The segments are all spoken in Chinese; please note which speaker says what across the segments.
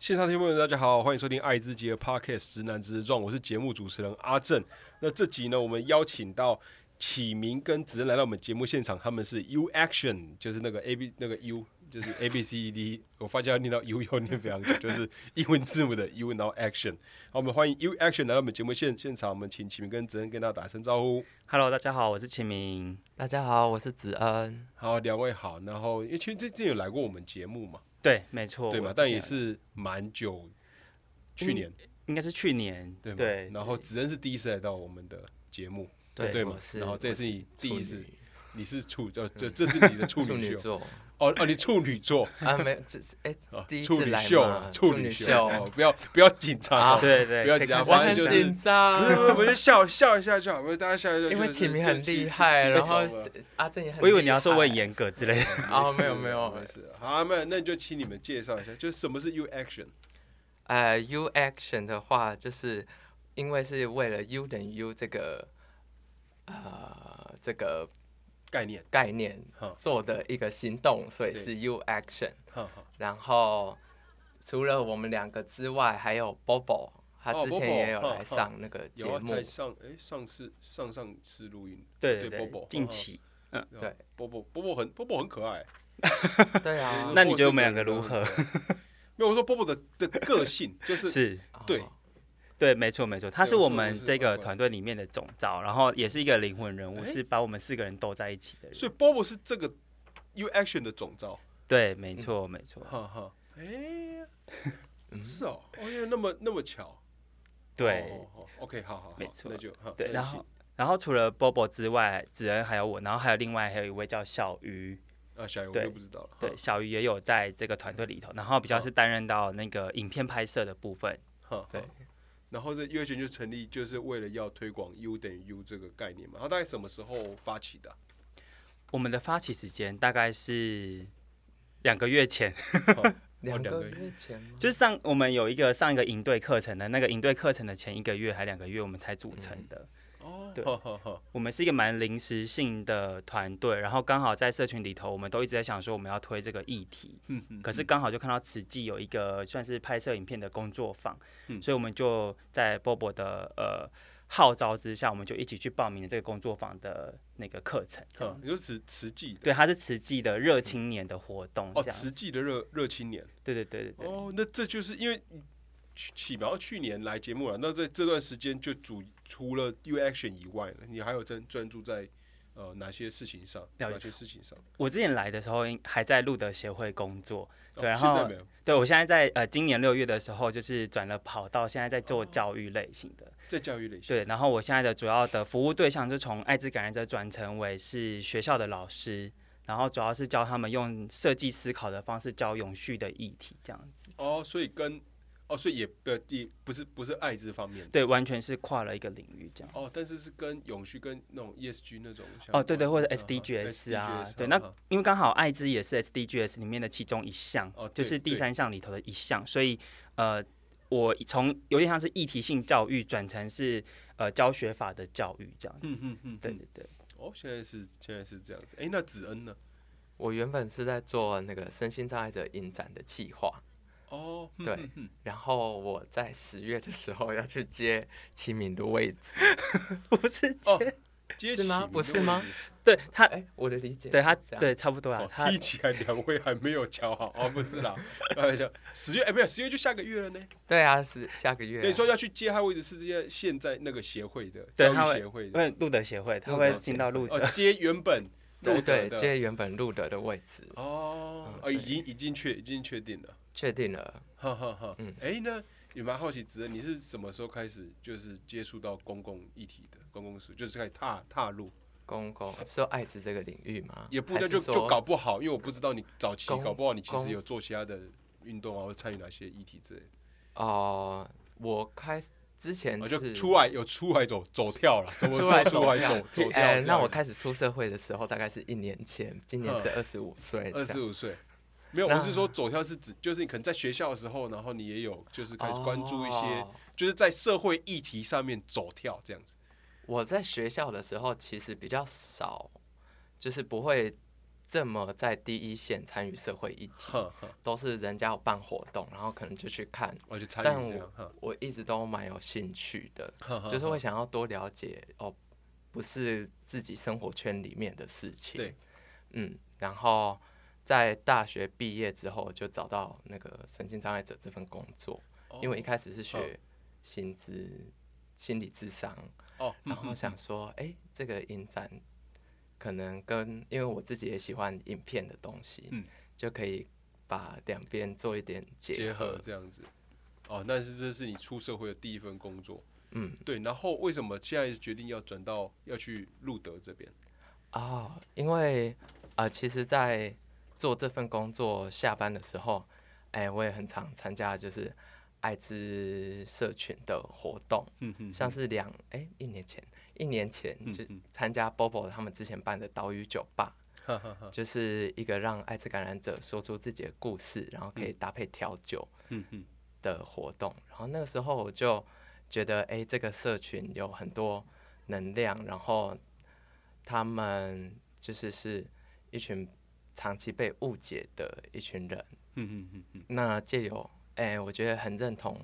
Speaker 1: 线上听众朋友们，大家好，欢迎收听《爱之杰 Podcast》直男直撞，我是节目主持人阿正。那这集呢，我们邀请到启明跟子恩来到我们节目现场，他们是 U Action，就是那个 A B 那个 U，就是 A B C E D。我发现要念到 U 要念非常久，就是英文字母的 U，然后 Action。好，我们欢迎 U Action 来到我们节目现现场，我们请启明跟子恩跟大家打声招呼。
Speaker 2: Hello，大家好，我是秦明。
Speaker 3: 大家好，我是子恩。
Speaker 1: 好，两位好。然后因为其实之前有来过我们节目嘛，
Speaker 2: 对，没错，
Speaker 1: 对
Speaker 2: 哦我
Speaker 1: 嘛
Speaker 2: 之，
Speaker 1: 但
Speaker 2: 前
Speaker 1: 也是蛮久，去年。
Speaker 2: 应该是去年，
Speaker 1: 对吗？
Speaker 2: 对，
Speaker 1: 然后子恩是第一次来到我们的节目，
Speaker 3: 对
Speaker 1: 对
Speaker 3: 我
Speaker 1: 吗？
Speaker 3: 是
Speaker 1: 然后这也是你第一
Speaker 3: 处
Speaker 1: 次
Speaker 3: 女，
Speaker 1: 你是处呃，这这是你的处
Speaker 3: 处
Speaker 1: 女
Speaker 3: 女
Speaker 1: 秀
Speaker 3: 座
Speaker 1: 哦哦，你处女座，
Speaker 3: 啊，没有，这 哎，
Speaker 1: 啊
Speaker 3: 第一
Speaker 1: 处
Speaker 3: 次
Speaker 1: 女
Speaker 3: 来
Speaker 1: 秀
Speaker 3: 嘛，
Speaker 1: 处
Speaker 3: 女
Speaker 1: 秀，
Speaker 3: 秀，
Speaker 1: 哦不要不要紧张
Speaker 3: 啊
Speaker 1: 哦，
Speaker 2: 对对，
Speaker 1: 不要
Speaker 2: 可以
Speaker 1: 紧张
Speaker 2: 看
Speaker 3: 我
Speaker 1: 反
Speaker 2: 出
Speaker 1: 正
Speaker 3: 很
Speaker 1: 就是
Speaker 3: 紧
Speaker 1: 不
Speaker 3: 张
Speaker 1: 是，不是，我就笑笑一下就好，我大家笑一下就，
Speaker 3: 因为
Speaker 1: 就
Speaker 3: 启明
Speaker 1: 就
Speaker 3: 很
Speaker 1: 气
Speaker 3: 厉害，
Speaker 1: 气
Speaker 3: 然后
Speaker 1: 气死
Speaker 3: 阿正也很，
Speaker 2: 我以为你要说我很，严格之类的。
Speaker 3: 哦，
Speaker 1: 了
Speaker 3: 没有没有，
Speaker 1: 没事，好，没有，那就请你们介绍一下，就是什么是 U action，
Speaker 3: 呃，U action 的话，就是因为是为了 U 等于 U 这个呃这个
Speaker 1: 概念，
Speaker 3: 概念
Speaker 1: 好
Speaker 3: 做的一个行动，所以
Speaker 1: 对
Speaker 3: 是 U action。
Speaker 1: 哈哈，
Speaker 3: 然后除了我们两个之外，还有 Bobo，他
Speaker 1: 哦
Speaker 3: 之前
Speaker 1: Bobo，
Speaker 3: 也有
Speaker 1: 哈
Speaker 3: 来
Speaker 1: 哈
Speaker 3: 上那个节
Speaker 1: 有啊，
Speaker 3: 目
Speaker 1: 在，上哎上次上上次录音，
Speaker 2: 对
Speaker 1: 对
Speaker 2: 对
Speaker 1: ，Bobo，哦
Speaker 2: 对，近期。
Speaker 3: 对
Speaker 1: ，Bobo Bobo 很 Bobo 很可爱，
Speaker 3: 对啊，
Speaker 2: 那你觉得我们两个如何？
Speaker 1: 没有，我说波波的的个性就是
Speaker 2: 是，
Speaker 3: 哦
Speaker 1: 对
Speaker 2: 对，没错没错，他
Speaker 1: 对
Speaker 2: 是
Speaker 1: 我
Speaker 2: 我
Speaker 1: 是我
Speaker 2: 们
Speaker 1: 是
Speaker 2: 这
Speaker 1: 我
Speaker 2: 个
Speaker 1: 是
Speaker 2: 团队里面的总召，然后也是一个灵魂人物，
Speaker 1: 哎
Speaker 2: 是把我们四个人斗在一起的人。
Speaker 1: 所以 Bobo 是这个 U Action 的总招，
Speaker 2: 对，没错没错，
Speaker 1: 哈哈，哎，
Speaker 3: 嗯
Speaker 1: 是哦，哦，因为那么那么巧，
Speaker 2: 对
Speaker 1: 哦哦哦，OK，好好，好
Speaker 2: 没错
Speaker 1: 那就好
Speaker 2: 对，
Speaker 1: 那
Speaker 2: 然
Speaker 1: 就
Speaker 2: 后。然后除了 Bobo 之外，子恩还有我，然后还有另外还有一位叫小鱼，
Speaker 1: 啊，小游我
Speaker 2: 对
Speaker 1: 就不知道了，
Speaker 2: 对，小鱼也有在这个团队里头，然后比较是担任到那个影片拍摄的部分。
Speaker 1: 哈，哈
Speaker 3: 对，
Speaker 1: 然后这 U Action 就成立，就是为了要推广 U 等于 U 这个概念嘛，它大概什么时候发起的啊？
Speaker 2: 我们的发起时间大概是两个月前，
Speaker 3: 两
Speaker 1: 两
Speaker 3: 个
Speaker 1: 个
Speaker 3: 月前吗？
Speaker 2: 就是上我们有一个上一个营队课程的那个营队课程的前一个月还两个月我们才
Speaker 1: 嗯
Speaker 2: 组成的。
Speaker 1: 哦，
Speaker 2: 对
Speaker 1: 哈哈哈，
Speaker 2: 我们是一个蛮临时性的团队，然后刚好在社群里头，我们都一直在想说我们要推这个议题，
Speaker 1: 嗯嗯
Speaker 2: 可是刚好就看到慈济有一个算是拍摄影片的工作坊，
Speaker 1: 嗯
Speaker 2: 所以我们就在 Bobo 的呃号召之下，我们就一起去报名了这个工作坊的那个课程。这样
Speaker 1: 哈，你说慈慈济的，
Speaker 2: 对，它是慈济的热青年的活动，
Speaker 1: 哦，
Speaker 2: 这样。
Speaker 1: 慈济的热热青年。
Speaker 2: 对对对对对。
Speaker 1: 哦，那这就是因为去启苗去年来节目了，那在这段时间就主除了 U Action 以外呢，你还有专专注在呃哪些事情上？
Speaker 2: 了解
Speaker 1: 哪些事情上？
Speaker 2: 我之前来的时候应还在路德协会工作，
Speaker 1: 哦
Speaker 2: 对，然
Speaker 1: 现在
Speaker 2: 后
Speaker 1: 没有
Speaker 2: 对我现在在呃今年六月的时候就是转了跑道，现在在做教育类型的。
Speaker 1: 在教育类型。
Speaker 2: 对，然后我现在的主要的服务对象就从艾滋感染者转成为是学校的老师，然后主要是教他们用设计思考的方式教永续的议题，这样子。
Speaker 1: 哦，所以跟哦，所以也不也不是不是爱这方面的
Speaker 2: 对，完全是跨了一个领域这样。
Speaker 1: 哦，但是是跟永续跟那种 ESG 那种相
Speaker 2: 哦，对对，或者
Speaker 1: 关的
Speaker 2: SDGs 啊，
Speaker 1: SDGs
Speaker 2: 对，那
Speaker 1: 哈
Speaker 2: 因为刚好艾滋也是 SDGs 里面的其中一项，
Speaker 1: 哦对
Speaker 2: 就是第
Speaker 1: 对
Speaker 2: 三项里头的一项，所以呃，我从有点像是议题性教育转成是呃教学法的教育这样子。
Speaker 1: 嗯嗯嗯，
Speaker 2: 对
Speaker 1: 对。
Speaker 2: 对 对，
Speaker 1: 哦，现在是现在是这样子。哎，那子恩呢？
Speaker 3: 我原本是在做那个身心障碍者影展的企划，
Speaker 1: 哦，嗯
Speaker 3: 对
Speaker 1: 嗯 嗯
Speaker 3: 然后我在十月的时候要去接齐敏的位置，
Speaker 2: 不是
Speaker 1: 哦
Speaker 2: 接，
Speaker 1: 接
Speaker 3: 是吗
Speaker 1: 起你
Speaker 3: 不
Speaker 1: 的
Speaker 3: 是
Speaker 1: 位
Speaker 3: 吗
Speaker 1: 置
Speaker 2: 对他，
Speaker 3: 哎，我的理解
Speaker 2: 对他，
Speaker 3: 是这样，
Speaker 2: 对差不多啦
Speaker 1: 哦，
Speaker 2: 他
Speaker 1: 听起来两位还没有瞧好哦，不 是啦，开玩笑。十月哎，没有，十月就下个月了呢。
Speaker 3: 对啊，是下个月啊
Speaker 1: 那你说要去接他位置是这些现在那个协会的
Speaker 2: 对
Speaker 1: 教
Speaker 2: 他
Speaker 1: 育
Speaker 2: 会
Speaker 1: 协会
Speaker 2: 因
Speaker 1: 的
Speaker 2: 为路德协会，他
Speaker 3: 路
Speaker 2: 会
Speaker 3: 德协
Speaker 2: 进到路
Speaker 1: 哦
Speaker 2: 德，，
Speaker 1: 接原本
Speaker 3: 对
Speaker 1: 路德
Speaker 3: 对，
Speaker 1: 的
Speaker 3: 接原本录的的位置
Speaker 1: 哦
Speaker 3: 嗯，
Speaker 1: 哦，
Speaker 3: 所以
Speaker 1: 已经已经确已经确定了，
Speaker 3: 确定了，
Speaker 1: 哈哈哈
Speaker 3: 嗯。
Speaker 1: 哎，那也蛮好奇，子恩，你是什么时候开始就是接触到公共议题的公共事，就是开始踏踏入，
Speaker 3: 公公是艾滋这个领域吗？
Speaker 1: 也不
Speaker 3: 还
Speaker 1: 那
Speaker 3: 是
Speaker 1: 就就
Speaker 3: 说
Speaker 1: 搞不好，因为我不知道你早期
Speaker 3: 公
Speaker 1: 搞不好你其实
Speaker 3: 公
Speaker 1: 有做其他的运动啊，或者参与哪些议题之类的。
Speaker 3: 哦，我开始之前
Speaker 1: 我
Speaker 3: 是
Speaker 1: 哦就出来有出来走走跳了，什么时
Speaker 3: 出
Speaker 1: 候
Speaker 3: 来
Speaker 1: 出来
Speaker 3: 跳
Speaker 1: 走走
Speaker 3: 哎、
Speaker 1: 跳？
Speaker 3: 那我开始出社会的时候，大概是一年前，今年是
Speaker 1: 嗯
Speaker 3: 二十五岁，
Speaker 1: 二十
Speaker 3: 五，
Speaker 1: 五岁，没有，
Speaker 3: 那
Speaker 1: 我是说走跳是指就是你可能在学校的时候，然后你也有就是开始关注一些
Speaker 3: 哦
Speaker 1: 就是在社会议题上面走跳这样子。
Speaker 3: 我在学校的时候其实比较少，就是不会这么在第一线参与社会议题，
Speaker 1: 哼哼，
Speaker 3: 都是人家有办活动，然后可能就去看。
Speaker 1: 我去参
Speaker 3: 但
Speaker 1: 与这样，
Speaker 3: 我我一直都蛮有兴趣的，
Speaker 1: 哼
Speaker 3: 就是
Speaker 1: 哼
Speaker 3: 会想要多了解哦，不是自己生活圈里面的事情。
Speaker 1: 对，
Speaker 3: 嗯，然后在大学毕业之后就找到那个神经障碍者这份工作，
Speaker 1: 哼
Speaker 3: 因为一开始是
Speaker 1: 嗯
Speaker 3: 学心资、心理智商，
Speaker 1: 哦，
Speaker 3: 然后想说，哎、这个影展可能跟因为我自己也喜欢影片的东西，
Speaker 1: 嗯
Speaker 3: 就可以把两边做一点结合。
Speaker 1: 结合这样子。哦，那是这是你出社会的第一份工作，
Speaker 3: 嗯，
Speaker 1: 对。然后为什么现在决定要转到要去路德这边？
Speaker 3: 哦，因为啊、呃其实，在做这份工作下班的时候，哎，我也很常参加就是艾滋社群的活动，
Speaker 1: 嗯哼
Speaker 3: 像是两哎一年前，一年前
Speaker 1: 嗯
Speaker 3: 就
Speaker 1: 嗯
Speaker 3: 参加 Bobo 他们之前办的岛屿酒吧，
Speaker 1: 哈哈哈，
Speaker 3: 就是一个让艾滋感染者说出自己的故事，然后可以搭配调酒
Speaker 1: 嗯哼，
Speaker 3: 的活动。然后那个时候我就觉得，哎、这个社群有很多能量，然后他们就是是一群长期被误解的一群人。
Speaker 1: 嗯哼嗯哼，
Speaker 3: 那借由，哎、我觉得很认同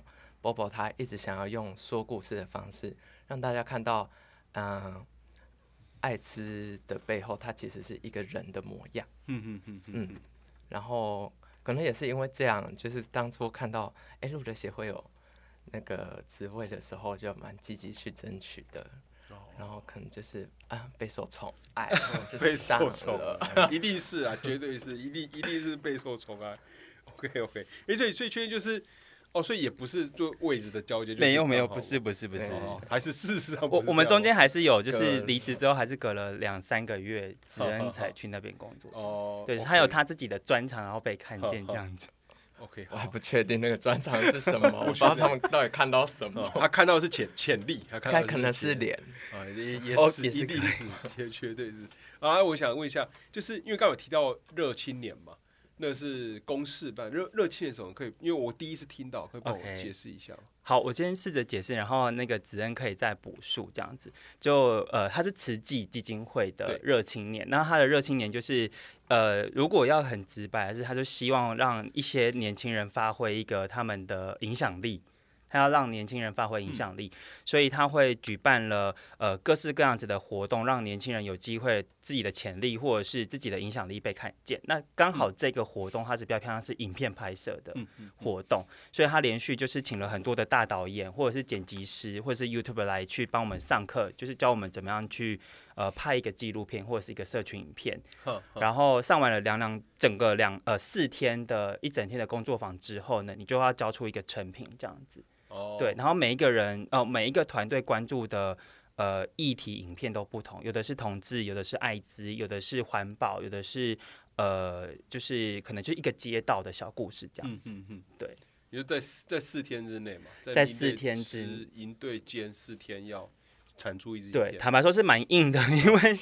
Speaker 3: Bobo 他一直想要用说故事的方式，让大家看到，嗯、艾滋的背后，它其实是一个人的模样。
Speaker 1: 嗯哼嗯
Speaker 3: 嗯，然后可能也是因为这样，就是当初看到哎路德协会有那个职位的时候，就蛮积极去争取的。
Speaker 1: 哦
Speaker 3: 然后可能就是啊备受宠 爱，然后就
Speaker 1: 备
Speaker 3: 是上
Speaker 1: 受宠
Speaker 3: 了。
Speaker 1: 爱，一定是啊，绝对是，一定一定是备受宠 爱。OK OK，哎，所以所以确定就是，哦，所以也不是做位置的交接，就是
Speaker 2: 没有没有，
Speaker 1: 刚好
Speaker 2: 不是不是不是。
Speaker 1: 哦，还是事实上不
Speaker 2: 我
Speaker 1: 是
Speaker 2: 我们
Speaker 1: 这样哦
Speaker 2: 中间还是有，就
Speaker 1: 隔哦
Speaker 2: 是离职之后还是隔了两三个月，子
Speaker 1: 好好
Speaker 2: 恩
Speaker 1: 好
Speaker 2: 才去那边工作。
Speaker 1: 哦，
Speaker 2: 对，
Speaker 1: OK
Speaker 2: 他有他自己的专长，然后被看
Speaker 1: 好
Speaker 2: 见
Speaker 1: 好
Speaker 2: 这样子。
Speaker 1: OK
Speaker 3: 我
Speaker 1: 好
Speaker 3: 还。不确定那个专长是什 么，我不知道他们到底看到什
Speaker 1: 哦
Speaker 3: 么，
Speaker 1: 他看到的是潜潜力，他看到
Speaker 3: 该
Speaker 1: 的
Speaker 3: 可能
Speaker 1: 潜
Speaker 3: 是
Speaker 1: 力
Speaker 3: 脸。
Speaker 1: 啊，也也
Speaker 2: 哦
Speaker 1: 是，
Speaker 2: 也
Speaker 1: 一
Speaker 2: 是
Speaker 1: 定是，绝绝对是。啊，我想问一下，就是因为刚刚有提到热青年嘛，那是公事办热热青年什么可以？因为我第一次听到，可以帮我
Speaker 2: OK
Speaker 1: 解释一下吗？
Speaker 2: 好，我今天试着解释，然后那个子恩可以再补述这样子。就呃，他是慈济基金会
Speaker 1: 对
Speaker 2: 的热青年，那他的热青年就是呃，如果要很直白的是，他就希望让一些年轻人发挥一个他们的影响力。他要让年轻人发挥影响力，所以他会举办了呃各式各样子的活动，让年轻人有机会自己的潜力或者是自己的影响力被看见。那刚好这个活动它是比较偏向是影片拍摄的活动，所以他连续就是请了很多的大导演，或者是剪辑师，或者是 YouTube 来去帮我们上课，就是教我们怎么样去呃拍一个纪录片或者是一个社群影片。
Speaker 1: 哼哼
Speaker 2: 然后上完了两两整个两呃四天的一整天的工作坊之后呢，你就要交出一个成品这样子。
Speaker 1: 哦，
Speaker 2: 对，，然后每一个人呃每一个团队关注的。呃，议题影片都不同，有的是同志，有的是艾滋，有的是环保，有的是呃，就是可能就是一个街道的小故事这样
Speaker 1: 嗯
Speaker 2: 子。
Speaker 1: 嗯嗯，
Speaker 2: 对，
Speaker 1: 也就在四在四天之内嘛，
Speaker 2: 在
Speaker 1: 营队
Speaker 2: 四天之
Speaker 1: 之营队间四天要产出一支影
Speaker 2: 对，
Speaker 1: 片
Speaker 2: 坦白说是蛮硬的， 因为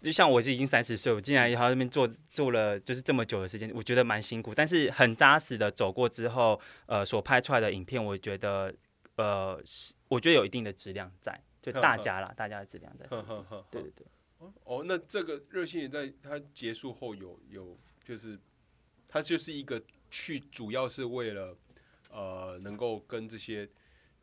Speaker 2: 就像我是已经三十岁，我竟然还要在那边做做了就是这么久的时间，我觉得蛮辛苦，但是很扎实的走过之后，呃，所拍出来的影片，我觉得呃，是我觉得有一定的质量在，就
Speaker 1: 呵呵
Speaker 2: 大家啦，大家的质量在是
Speaker 1: 哼，哼哼
Speaker 2: 对
Speaker 1: 哼
Speaker 2: 对对。
Speaker 1: 哦，那这个热青年在他结束后有有就是，他就是一个去主要是为了呃能够跟这些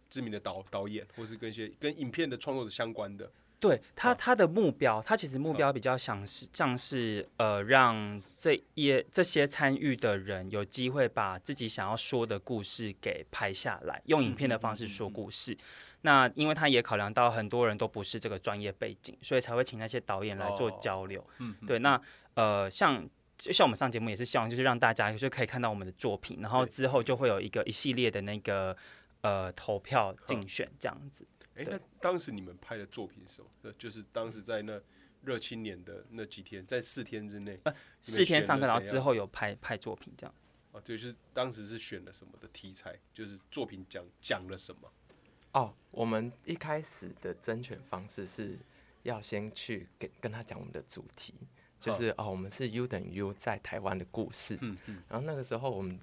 Speaker 1: 知名的导导演，或是跟一些跟影片的创作者相关的，
Speaker 2: 对他，
Speaker 1: 好
Speaker 2: 他的目标，他其实目
Speaker 1: 好
Speaker 2: 标比较想是像是呃，让这一这些参与的人有机会把自己想要说的故事给拍下来，用影片的方式
Speaker 1: 嗯
Speaker 2: 说故事。那因为他也考量到很多人都不是这个专业背景，所以才会请那些导演来做
Speaker 1: 哦
Speaker 2: 交流。
Speaker 1: 嗯，
Speaker 2: 对，那呃，像就像我们上节目也是希望，就是让大家就可以看到我们的作品，然后
Speaker 1: 对
Speaker 2: 之后就会有一个一系列的那个呃投票竞选这样子。
Speaker 1: 哎、
Speaker 2: 对
Speaker 1: 那当时你们拍的作品是什么？呃就是当时在那热青年的那几天，在四天之内，你
Speaker 2: 呃四
Speaker 1: 们
Speaker 2: 天
Speaker 1: 选
Speaker 2: 上
Speaker 1: 了
Speaker 2: 课，然后
Speaker 1: 怎
Speaker 2: 之
Speaker 1: 样
Speaker 2: 后有拍拍作品这样。
Speaker 1: 哦，对，就是当时是选了什么的题材，就是作品讲讲了什么。
Speaker 3: 哦，我们一开始的甄选方式是要先去跟跟他讲我们的主题，哦就是哦，我们是 U 等于 U 在台湾的故事。
Speaker 1: 嗯嗯，
Speaker 3: 然后那个时候我们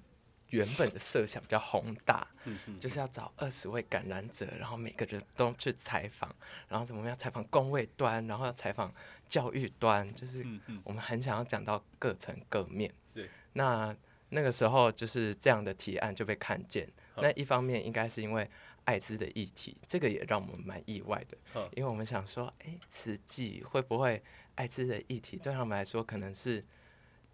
Speaker 3: 原本的设想比较宏大，
Speaker 1: 嗯
Speaker 3: 就是要找二十位感染者，然后每个人都去采访，然后怎么样采访工位端，然后要采访教育端，就是
Speaker 1: 嗯嗯
Speaker 3: 我们很想要讲到各层各面。
Speaker 1: 对，
Speaker 3: 那那个时候就是这样的提案就被看见。
Speaker 1: 好
Speaker 3: 那一方面应该是因为艾滋的议题，这个也让我们蛮意外的
Speaker 1: 好，
Speaker 3: 因为我们想说，哎，慈济会不会艾滋的议题对他们来说可能是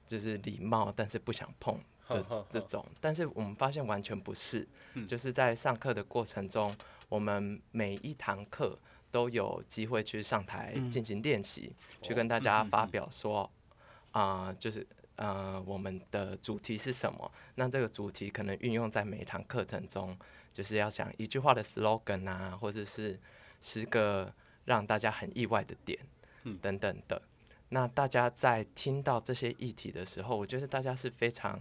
Speaker 3: 就是礼貌，但是不想碰
Speaker 1: 好好
Speaker 3: 的
Speaker 1: 好
Speaker 3: 这种，但是我们发现完全不是
Speaker 1: 嗯，
Speaker 3: 就是在上课的过程中，我们每一堂课都有机会去上台
Speaker 2: 嗯
Speaker 3: 进行练习，去
Speaker 1: 哦
Speaker 3: 跟大家
Speaker 1: 嗯嗯
Speaker 3: 发
Speaker 1: 嗯
Speaker 3: 表说，啊、就是呃，我们的主题是什么？那这个主题可能运用在每一堂课程中，就是要想一句话的 slogan 啊，或者是十个让大家很意外的点，
Speaker 1: 嗯
Speaker 3: 等等的。那大家在听到这些议题的时候，我觉得大家是非常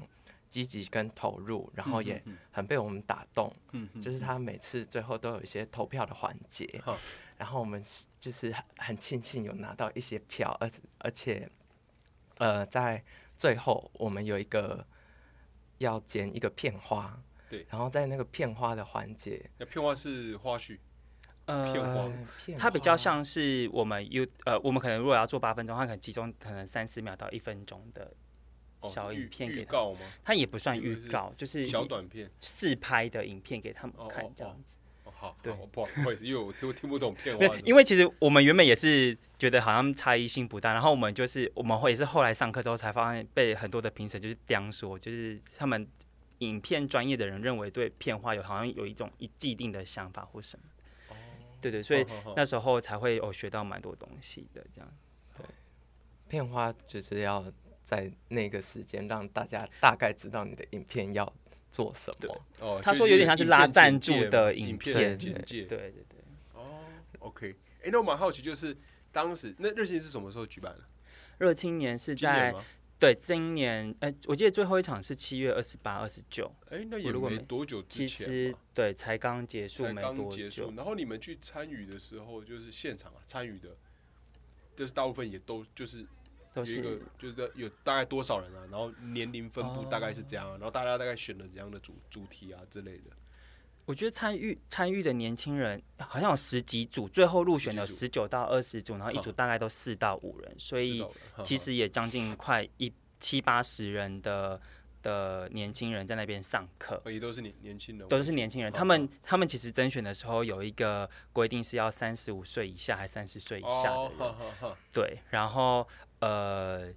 Speaker 3: 积极跟投入，然后也很被我们打动。
Speaker 1: 嗯嗯
Speaker 3: 就是他每次最后都有一些投票的环节
Speaker 1: 好，
Speaker 3: 然后我们是就是很很庆幸有拿到一些票，而而且，呃，在最后我们有一个要剪一个片花，
Speaker 1: 对
Speaker 3: 然后在那个片花的环节，
Speaker 1: 那片花是花絮，片花
Speaker 2: 呃
Speaker 1: 哦，
Speaker 3: 片
Speaker 2: 它比较
Speaker 3: 花
Speaker 2: 像是我们 U 呃，我们可能如果要做八分钟，它可能集中可能三四秒到一分钟的
Speaker 1: 哦
Speaker 2: 小
Speaker 1: 预
Speaker 2: 影片
Speaker 1: 预
Speaker 2: 给他，
Speaker 1: 告吗？
Speaker 2: 它也不算
Speaker 1: 预
Speaker 2: 预告，就是
Speaker 1: 小短片。
Speaker 2: 试拍的影片给他们
Speaker 1: 哦哦
Speaker 2: 看
Speaker 1: 哦
Speaker 2: 这样子。
Speaker 1: 哦，好，
Speaker 2: 对
Speaker 1: 好不好不好意思，因为我听听不懂片花
Speaker 2: 没有
Speaker 1: 是，什么。
Speaker 2: 因为其实我们原本也是觉得好像差异性不大，然后我们就是我们会也是后来上课之后才发现，被很多的评审就是这样说，就是他们影片专业的人认为对片花有好像有一种一既定的想法或什么。
Speaker 1: 哦
Speaker 2: 对对，所以
Speaker 1: 好好好
Speaker 2: 那时候才会有哦学到蛮多东西的这样。
Speaker 3: 片花，就是要在那个时间让大家大概知道你的影片要做什
Speaker 2: 对
Speaker 3: 么。
Speaker 1: 哦，
Speaker 2: 他
Speaker 1: 就
Speaker 2: 说
Speaker 1: 是
Speaker 2: 有点像是
Speaker 1: 影
Speaker 2: 拉
Speaker 1: 片简
Speaker 2: 赞
Speaker 1: 介
Speaker 2: 助
Speaker 1: 嘛
Speaker 2: 的
Speaker 1: 影
Speaker 2: 影
Speaker 1: 片
Speaker 3: 片
Speaker 1: 简介
Speaker 2: 对。对对。
Speaker 1: 哦，OK，哎、那我蛮好奇，就是当时那热线是什么时候举办的？
Speaker 2: 热青年是
Speaker 1: 今年
Speaker 2: 在
Speaker 1: 吗？
Speaker 2: 对今年，呃，我记得最后一场是七月二十八、二十九，
Speaker 1: 哎、那也
Speaker 2: 如果
Speaker 1: 没
Speaker 2: 没
Speaker 1: 多久之
Speaker 2: 其
Speaker 1: 前
Speaker 2: 实
Speaker 1: 吧，
Speaker 2: 对才刚结束
Speaker 1: 才
Speaker 2: 没
Speaker 1: 刚
Speaker 2: 多
Speaker 1: 结
Speaker 2: 久
Speaker 1: 束。。然后你们去参与的时候，就是现场啊，参与的，就是大部分也都就是有
Speaker 2: 都
Speaker 1: 一个
Speaker 2: 是
Speaker 1: 就是有大概多少人啊，然后年龄分布
Speaker 2: 哦
Speaker 1: 大概是这样、啊，然后大家大概选了怎样的主主题啊之类的。
Speaker 2: 我觉得参与参与的年轻人好像有十几组，最后入选
Speaker 1: 十
Speaker 2: 有
Speaker 1: 几
Speaker 2: 十九到二十组，然后一
Speaker 1: 好
Speaker 2: 组大概都四到五人，所
Speaker 1: 知
Speaker 2: 以
Speaker 1: 道了哈哈
Speaker 2: 其实也将近快一七八十人的的年轻人在那边上课。
Speaker 1: 哦也都是年年轻人，哦
Speaker 2: 都是年轻人，
Speaker 1: 好
Speaker 2: 他们他们其实甄选的时候有一个规定是要三十五岁以下还三十岁以下的
Speaker 1: 哦
Speaker 2: 人，
Speaker 1: 哈哈哈，
Speaker 2: 对，然后呃，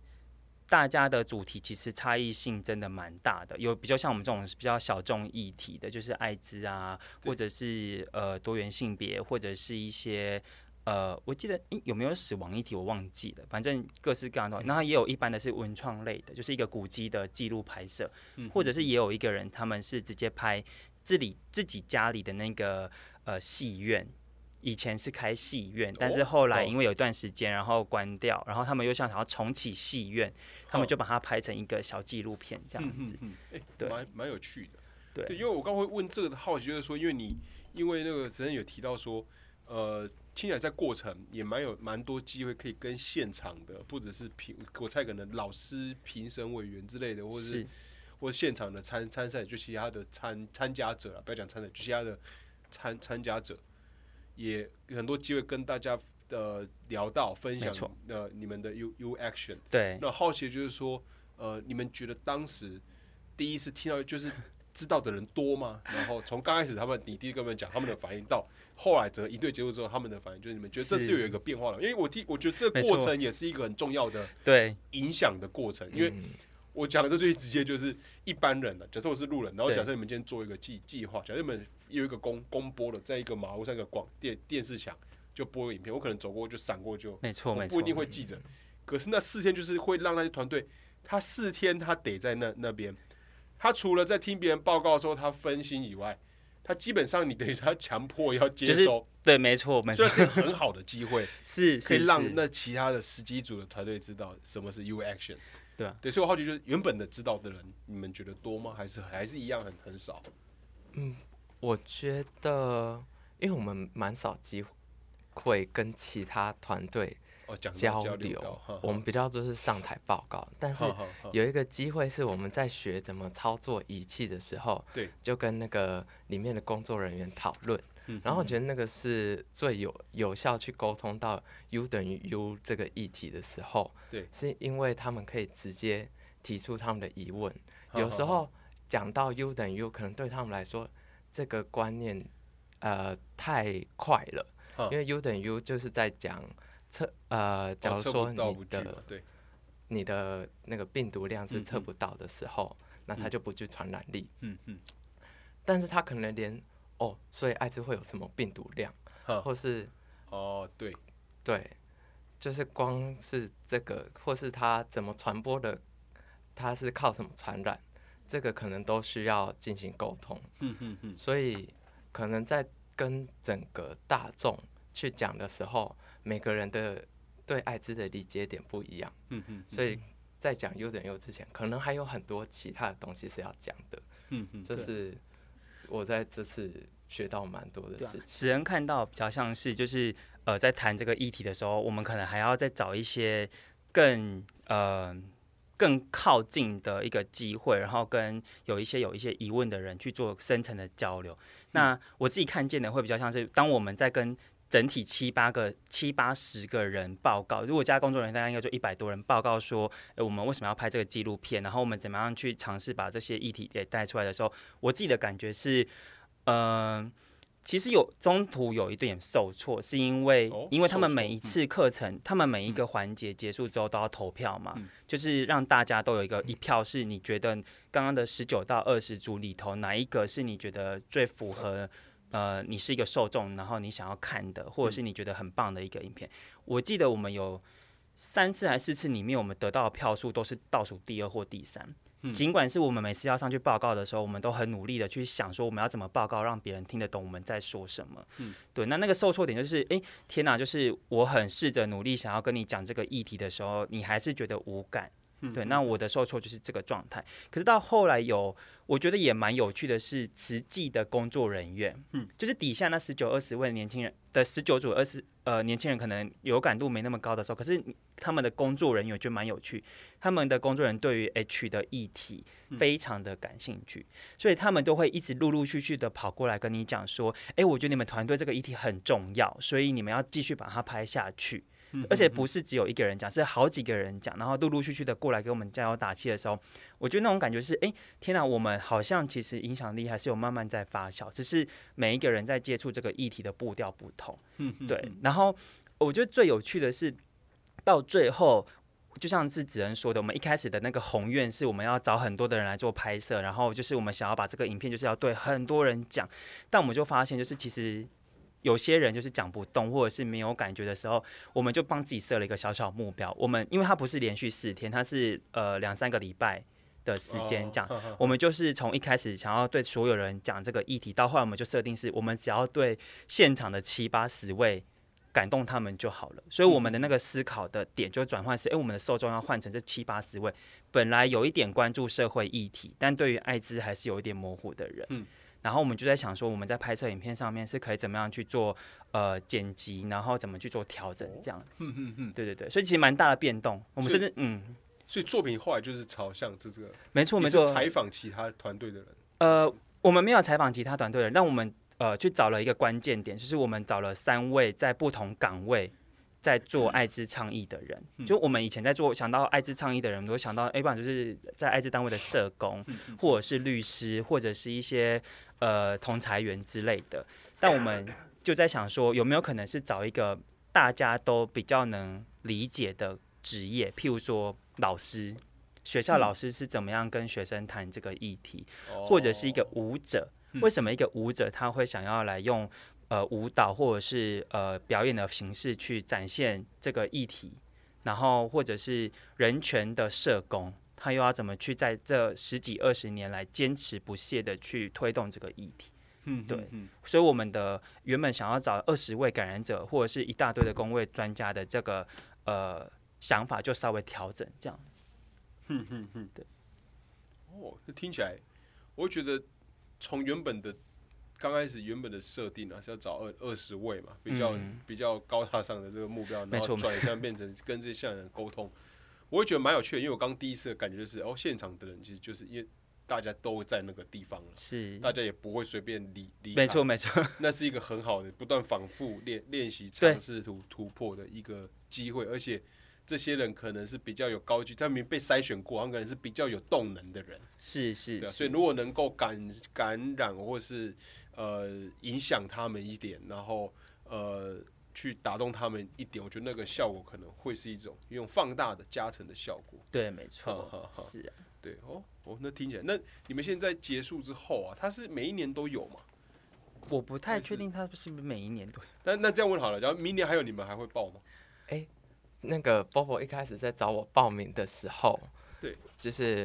Speaker 2: 大家的主题其实差异性真的蛮大的，有比较像我们这种比较小众议题的，就是艾滋啊，
Speaker 1: 对
Speaker 2: 或者是呃多元性别，或者是一些。呃，我记得诶有没有死亡议题，我忘记了。反正各式各样的
Speaker 1: 嗯
Speaker 2: 东西，然后也有一般的是文创类的，就是一个古迹的记录拍摄，
Speaker 1: 嗯
Speaker 2: 或者是也有一个人他们是直接拍自己自己家里的那个呃戏院，以前是开戏院，但是
Speaker 1: 哦
Speaker 2: 后来
Speaker 1: 哦
Speaker 2: 因为有一段时间，然后关掉，然后他们又想想要重启戏院，他们
Speaker 1: 哦
Speaker 2: 就把它拍成一个小纪录片这样子。
Speaker 1: 嗯，哎、
Speaker 2: 对
Speaker 1: 蛮蛮有趣的。
Speaker 2: 对
Speaker 1: 因为我刚会问这个的好奇，就是说，因为你因为那个子恩有提到说，呃，听起来在过程也蛮有蛮多机会可以跟现场的，不只是评，我猜可能老师、评审委员之类的，或者是
Speaker 2: 是
Speaker 1: 或者现场的参参赛，就其他的参参加者啊，不要讲参赛，就其他的参参加者，也很多机会跟大家呃聊到分享
Speaker 2: 没错
Speaker 1: 呃你们的 U U action。
Speaker 2: 对，
Speaker 1: 那好奇的就是说，呃，你们觉得当时第一次听到就是知道的人多吗？ 然后从刚开始他们你第一个跟他们讲他们的反应到后来整个一对结束之后他们的反应，就是你们觉得这
Speaker 2: 是
Speaker 1: 是有一个变化了，因为我听我觉得这个
Speaker 2: 没
Speaker 1: 过
Speaker 2: 错
Speaker 1: 程也是一个很重要的
Speaker 2: 对，
Speaker 1: 影响的过程，因为
Speaker 3: 嗯
Speaker 1: 我讲的这最直接就是一般人了。啊假设我是路人，然后
Speaker 2: 对
Speaker 1: 假设你们今天做一个计计划，假设你们有一个公公播的，在一个马路上一个广电电视墙就播个影片，我可能走过就闪过就
Speaker 2: 没错，
Speaker 1: 我
Speaker 2: 没
Speaker 1: 不
Speaker 2: 错嗯
Speaker 1: 一，定会记着。可是那四天就是会让那些团队，他四天他得在那那边，他除了在听别人报告的时候他分心以外，他基本上你等于他强迫要接
Speaker 2: 就是
Speaker 1: 收，
Speaker 2: 对，没错，没
Speaker 1: 虽
Speaker 2: 错，
Speaker 1: 然是很好的机 会，
Speaker 2: 是
Speaker 1: 可
Speaker 2: 是
Speaker 1: 以让
Speaker 2: 是
Speaker 1: 那其他的十几组的团队知道什么是 U action。
Speaker 2: 对啊
Speaker 1: 对，所以我好奇就是原本的知道的人，你们觉得多吗？还是还是一样很很少？
Speaker 3: 我觉得，因为我们蛮少机会跟其他团队
Speaker 1: 哦，讲到
Speaker 3: 交
Speaker 1: 交
Speaker 3: 流
Speaker 1: 到，哈
Speaker 3: 我们比较就是上台报告，但是
Speaker 1: 哈哈哈
Speaker 3: 有一个机会是我们在学怎么操作仪器的时候，
Speaker 1: 对，
Speaker 3: 就跟那个里面的工作人员讨论，
Speaker 1: 嗯
Speaker 3: 然后我觉得那个是最有有效去沟通到 U 等于 U 这个议题的时候，
Speaker 1: 对
Speaker 3: 是因为他们可以直接提出他们的疑问，
Speaker 1: 好
Speaker 3: 有时
Speaker 1: 好
Speaker 3: 候讲到 U 等于 U，可能对他们来说这个观念呃太快了
Speaker 1: 嗯，
Speaker 3: 因为 U 等于 U 就是在讲测呃，假
Speaker 1: 哦
Speaker 3: 如
Speaker 1: 测不
Speaker 3: 说
Speaker 1: 到
Speaker 3: 你
Speaker 1: 不具
Speaker 3: 的、
Speaker 1: 嘛对
Speaker 3: 你的那个病毒量是测
Speaker 1: 嗯嗯
Speaker 3: 不到的时候，那它就不具传染力。
Speaker 1: 嗯嗯，
Speaker 3: 但是它可能连哦，所以艾滋会有什么病毒量，
Speaker 1: 哈
Speaker 3: 或是
Speaker 1: 哦对，
Speaker 3: 对，就是光是这个，或是它怎么传播的，它是靠什么传染，这个可能都需要进行沟通。
Speaker 1: 嗯嗯嗯，
Speaker 3: 所以可能在跟整个大众去讲的时候，每个人的对艾滋的理解点不一样。
Speaker 1: 嗯嗯，
Speaker 3: 所以在讲优点优之前，可能还有很多其他的东西是要讲的。
Speaker 1: 嗯嗯，
Speaker 3: 这是我在这次学到蛮多的
Speaker 2: 对啊
Speaker 3: 事情。
Speaker 2: 只能看到比较像是就是呃，在谈这个议题的时候，我们可能还要再找一些更呃更靠近的一个机会，然后跟有一些有一些疑问的人去做深层的交流。那我自己看见的会比较像是，当我们在跟整体七八个、七八十个人报告，如果加工作人员，大概应该就一百多人报告说，哎诶，我们为什么要拍这个纪录片？然后我们怎么样去尝试把这些议题给带出来的时候，我自己的感觉是，嗯、其实有中途有一点受挫，是因为、
Speaker 1: 哦
Speaker 2: 因为他们
Speaker 1: 受挫嗯
Speaker 2: 每一次课程，他们每一个环节结束之后都要投票嘛，就是让大家都有
Speaker 1: 嗯
Speaker 2: 一个一票，是你觉得刚刚的十九到二十组里头哪一个是你觉得最符合？呃，你是一个受众，然后你想要看的，或
Speaker 1: 嗯
Speaker 2: 者是你觉得很棒的一个影片。我记得我们有三次还是四次里面，我们得到的票数都是倒数第二或第三。尽管是我们每次要上去报告的时候，我们都很努力的去想说我们要怎么报告，让别人听得懂我们在说什么。嗯，对。那那个受挫点就是，诶，天哪！就是我很试着努力想要跟你讲这个议题的时候，你还是觉得无感。对，那我的受挫就是这个状态。可是到后来有，我觉得也蛮有趣的是，慈济的工作人员，嗯，就是底下那十九二十位年轻人的十九组二十呃年轻人，可能有感度没那么高的时候，可是你他们的工作人员就蛮有趣，他们的工作人员对于 H 的议题非常的感兴趣，所以他们都会一直陆陆续续的跑过来跟你讲说，诶，我觉得你们团队这个议题很重要，所以你们要继续把它拍下去。而且不是只有一个人讲，是好几个人讲，然后陆陆续续的过来给我们加油打气的时候，我觉得那种感觉是，诶，天啊哪，我们好像其实影响力还是有慢慢在发酵，只是每一个人在接触这个议题的步调不同。
Speaker 1: 嗯
Speaker 2: 对，然后我觉得最有趣的是，到最后，就像是子恩说的，我们一开始的那个宏愿是我们要找很多的人来做拍摄，然后就是我们想要把这个影片就是要对很多人讲，但我们就发现就是其实。有些人就是讲不动，或者是没有感觉的时候，我们就帮自己设了一个小小目标。我们因为它不是连续四天，它是呃两三个礼拜的时
Speaker 1: 哦
Speaker 2: 间这样，嗯我们就是从一开始想要对所有人讲这个议题，到后来我们就设定是我们只要对现场的七八十位感动他们就好了。所以我们的那个思考的点就转换是，哎、我们的受众要换成这七八十位，本来有一点关注社会议题，但对于艾滋还是有一点模糊的人。
Speaker 1: 嗯
Speaker 2: 然后我们就在想说，我们在拍摄影片上面是可以怎么样去做呃剪辑，然后怎么去做调整这样子。
Speaker 1: 嗯嗯嗯，
Speaker 2: 对对对，所以其实蛮大的变动。我们
Speaker 1: 所以
Speaker 2: 甚至嗯，
Speaker 1: 所以作品后来就是朝向这这个，
Speaker 2: 没错
Speaker 1: 你
Speaker 2: 没
Speaker 1: 是
Speaker 2: 错，
Speaker 1: 采访其他团队的人，
Speaker 2: 呃，我们没有采访其他团队的人，但我们呃去找了一个关键点，就是我们找了三位在不同岗位在做艾滋倡议的人。就我们以前在做想到艾滋倡议的人，我们都想到，哎，不然就是在艾滋单位的社工，或者是律师，或者是一些呃同裁员之类的。但我们就在想说，有没有可能是找一个大家都比较能理解的职业，譬如说老师。学校老师是怎么样跟学生谈这个议题？或者是一个
Speaker 1: 哦
Speaker 2: 舞者。为什么一个舞者他会想要来用呃舞蹈或者是呃表演的形式去展现这个议题？然后或者是人权的社工，他又要怎么去在这十几二十年来坚持不懈的去推动这个议题？
Speaker 1: 嗯
Speaker 2: 对
Speaker 1: 嗯嗯
Speaker 2: 所以我们的原本想要找二十位感染者或者是一大堆的工位专家的这个呃想法就稍微调整这样。
Speaker 1: 哦，这听起来，我会觉得从原本的刚开始原本的设定啊是要找二二十位嘛，比较、
Speaker 2: 嗯
Speaker 1: 比较高大上的这个目标，
Speaker 2: 没
Speaker 1: 然后
Speaker 2: 错
Speaker 1: 转向变成跟这些项人沟通，我会觉得蛮有趣的，因为我刚第一次的感觉就是，哦，现场的人其实就是因为大家都在那个地方了，
Speaker 2: 是，
Speaker 1: 大家也不会随便离离开，
Speaker 2: 嗯没错没错，
Speaker 1: 那是一个很好的不断反复练练习、
Speaker 2: 对
Speaker 1: 尝试突突破的一个机会，而且这些人可能是比较有高级，他们被筛选过，他们可能是比较有动能的人，
Speaker 2: 是是
Speaker 1: 对、啊，
Speaker 2: 是
Speaker 1: 所以如果能够感感染或是呃影响他们一点，然后呃去打动他们一点，我觉得那个效果可能会是一种用放大的加成的效果。
Speaker 2: 对，没
Speaker 1: 好
Speaker 2: 错
Speaker 1: 好，好
Speaker 2: 是啊，
Speaker 1: 对哦哦，那听起来，那你们现在结束之后啊，它是每一年都有嘛？
Speaker 2: 我不太
Speaker 1: 但是
Speaker 2: 确定他是不是每一年都
Speaker 1: 那那这样问好了，然后明年还有你们还会报吗？
Speaker 3: 那个 Bobo 一开始在找我报名的时候，
Speaker 1: 对，
Speaker 3: 就是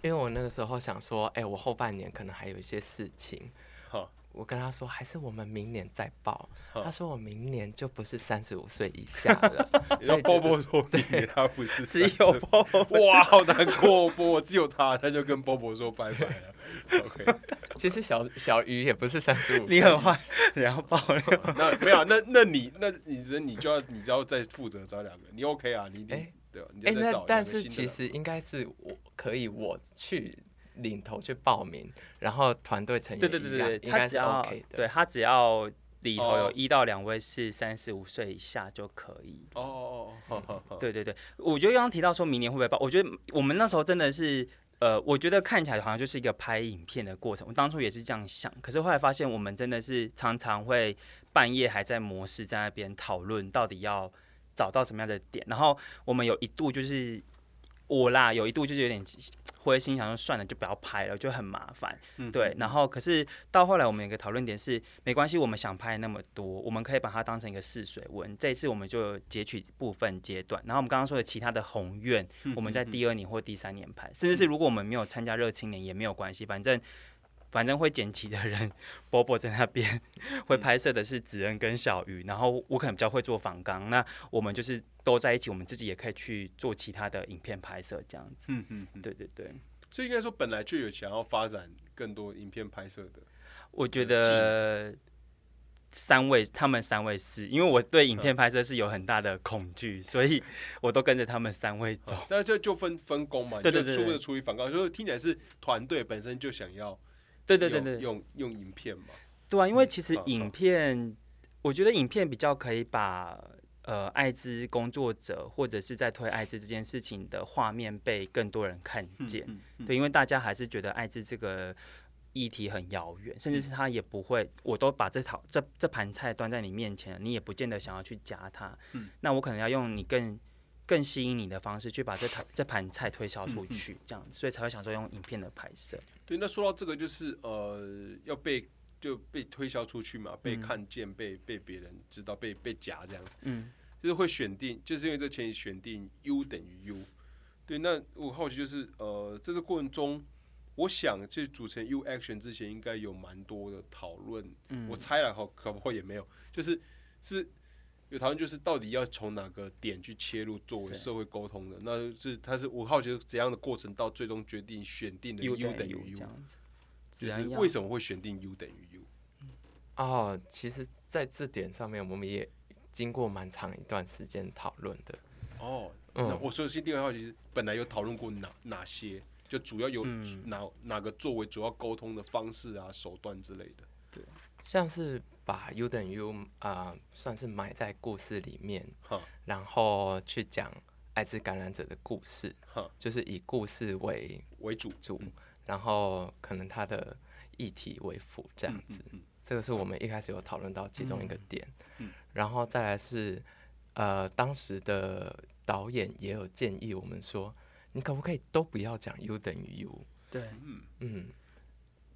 Speaker 3: 因为我那个时候想说，哎、我后半年可能还有一些事情
Speaker 1: 好。
Speaker 3: 我跟他说，还是我们明年再报。
Speaker 1: 好
Speaker 3: 他说我明年就不是三十五岁以下了，
Speaker 1: 你知
Speaker 3: 所
Speaker 1: 道
Speaker 3: 以
Speaker 1: 波
Speaker 3: 就
Speaker 1: 波说避免他不是
Speaker 2: 只
Speaker 1: 三
Speaker 2: 有
Speaker 1: 个
Speaker 2: 包包
Speaker 1: 哇，好难过，波波只有他，他就跟波波说拜拜了。OK，
Speaker 3: 其实小小鱼也不是三十五，
Speaker 2: 你很坏，然后爆料。
Speaker 1: 那没有啊，那那你那你觉得你就要你就要再负责找两个，你 OK 啊？你你、
Speaker 3: 哎
Speaker 1: 对吧？你
Speaker 3: 哎、
Speaker 1: 就再
Speaker 3: 那
Speaker 1: 找
Speaker 3: 但
Speaker 1: 两个
Speaker 3: 是
Speaker 1: 新的
Speaker 3: 其
Speaker 1: 人
Speaker 3: 实应该是我可以我去领头去报名，然后团队成员
Speaker 2: 对对对
Speaker 3: 一样
Speaker 2: 对对，
Speaker 3: 应
Speaker 2: 他
Speaker 3: 该
Speaker 2: 只
Speaker 3: 是
Speaker 2: 要
Speaker 3: OK 的。
Speaker 2: 对他只要里头
Speaker 1: 哦
Speaker 2: 有一到两位是三十五岁以下就可以。
Speaker 1: 哦哦哦，好好好，
Speaker 2: 对对对，我觉得刚刚提到说明年会不会爆，我觉得我们那时候真的是。呃，我觉得看起来好像就是一个拍影片的过程。我当初也是这样想，可是后来发现我们真的是常常会半夜还在模式在那边讨论到底要找到什么样的点。然后我们有一度就是我啦，有一度就是有点灰心，想说算了，就不要拍了，就很麻烦。
Speaker 1: 嗯
Speaker 2: 对，然后可是到后来，我们有一个讨论点是，没关系，我们想拍那么多，我们可以把它当成一个试水温。这一次我们就有截取部分阶段，然后我们刚刚说的其他的宏愿，
Speaker 1: 嗯
Speaker 2: 我们在第二年或第三年拍，甚至是如果我们没有参加热青年也没有关系，反正。反正会剪辑的人，波波在那边
Speaker 1: 嗯
Speaker 2: 会拍摄的是子恩跟小鱼，然后我可能比较会做仿纲，那我们就是都在一起，我们自己也可以去做其他的影片拍摄这样子。
Speaker 1: 嗯嗯嗯，
Speaker 2: 对对对，
Speaker 1: 所以应该说本来就有想要发展更多影片拍摄的，
Speaker 2: 我觉得三位他们三位是，因为我对影片
Speaker 1: 嗯
Speaker 2: 拍摄是有很大的恐惧，所 以我都跟着他们三位走。
Speaker 1: 那就就分分工嘛，
Speaker 2: 对对
Speaker 1: 你就
Speaker 2: 对
Speaker 1: 出
Speaker 2: 对
Speaker 1: 的出于反抗，就是听起来是团队本身就想要
Speaker 2: 对对对
Speaker 1: 用
Speaker 2: 对，
Speaker 1: 用用影片嘛，
Speaker 2: 对啊，因为其实
Speaker 1: 嗯好好
Speaker 2: 影片，我觉得影片比较可以把。呃，艾滋工作者或者是在推艾滋这件事情的画面被更多人看见，
Speaker 1: 嗯嗯
Speaker 2: 对，因为大家还是觉得艾滋这个议题很遥远，
Speaker 1: 嗯
Speaker 2: 甚至是他也不会，我都把这套这这盘菜端在你面前了，你也不见得想要去夹它。
Speaker 1: 嗯
Speaker 2: 那我可能要用你更更吸引你的方式去把这盘这盘菜
Speaker 1: 嗯
Speaker 2: 推销出去，这样子，所以才会想说用影片的拍摄。
Speaker 1: 对，那说到这个，就是呃，要被就被推销出去嘛，被看见，被被别人知道，被被夹这样子，
Speaker 2: 嗯，
Speaker 1: 就是会选定，就是因为这前提选定 U 等于 U。对，那我好奇就是呃，在这过程中，我想就是组成 U Action 之前，应该有蛮多的讨论，
Speaker 2: 嗯
Speaker 1: 我猜了哈，可不会也没有，就是是。有讨论就是到底要从哪个点去切入作为
Speaker 2: 是
Speaker 1: 社会沟通的，那就是它是我好奇是怎样的过程到最终决定选定的 U 等于
Speaker 2: U 这
Speaker 1: U
Speaker 2: 样子，
Speaker 1: 就
Speaker 2: 自
Speaker 1: 是
Speaker 2: 然要
Speaker 1: 为什么会选定 U 等于 U？
Speaker 3: 哦，其实，在字典上面，我们也经过蛮长一段时间讨论的。
Speaker 1: 哦，那
Speaker 3: 嗯，
Speaker 1: 我首先第二个好奇是，本来有讨论过哪哪些，就主要有
Speaker 2: 嗯
Speaker 1: 哪、哪个作为主要沟通的方式啊、手段之类的。
Speaker 3: 像是把 U 等于 U 啊、呃算是埋在故事里面，
Speaker 1: 哈，
Speaker 3: 然后去讲艾滋感染者的故事
Speaker 1: 哼，
Speaker 3: 就是以故事为
Speaker 1: 为主
Speaker 3: 主，然后可能它的议题为辅这样子。
Speaker 1: 嗯
Speaker 3: 这个是我们一开始有讨论到其中一个点，然后再来是呃，当时的导演也有建议我们说，你可不可以都不要讲 U 等于 U？
Speaker 2: 对。
Speaker 3: 嗯，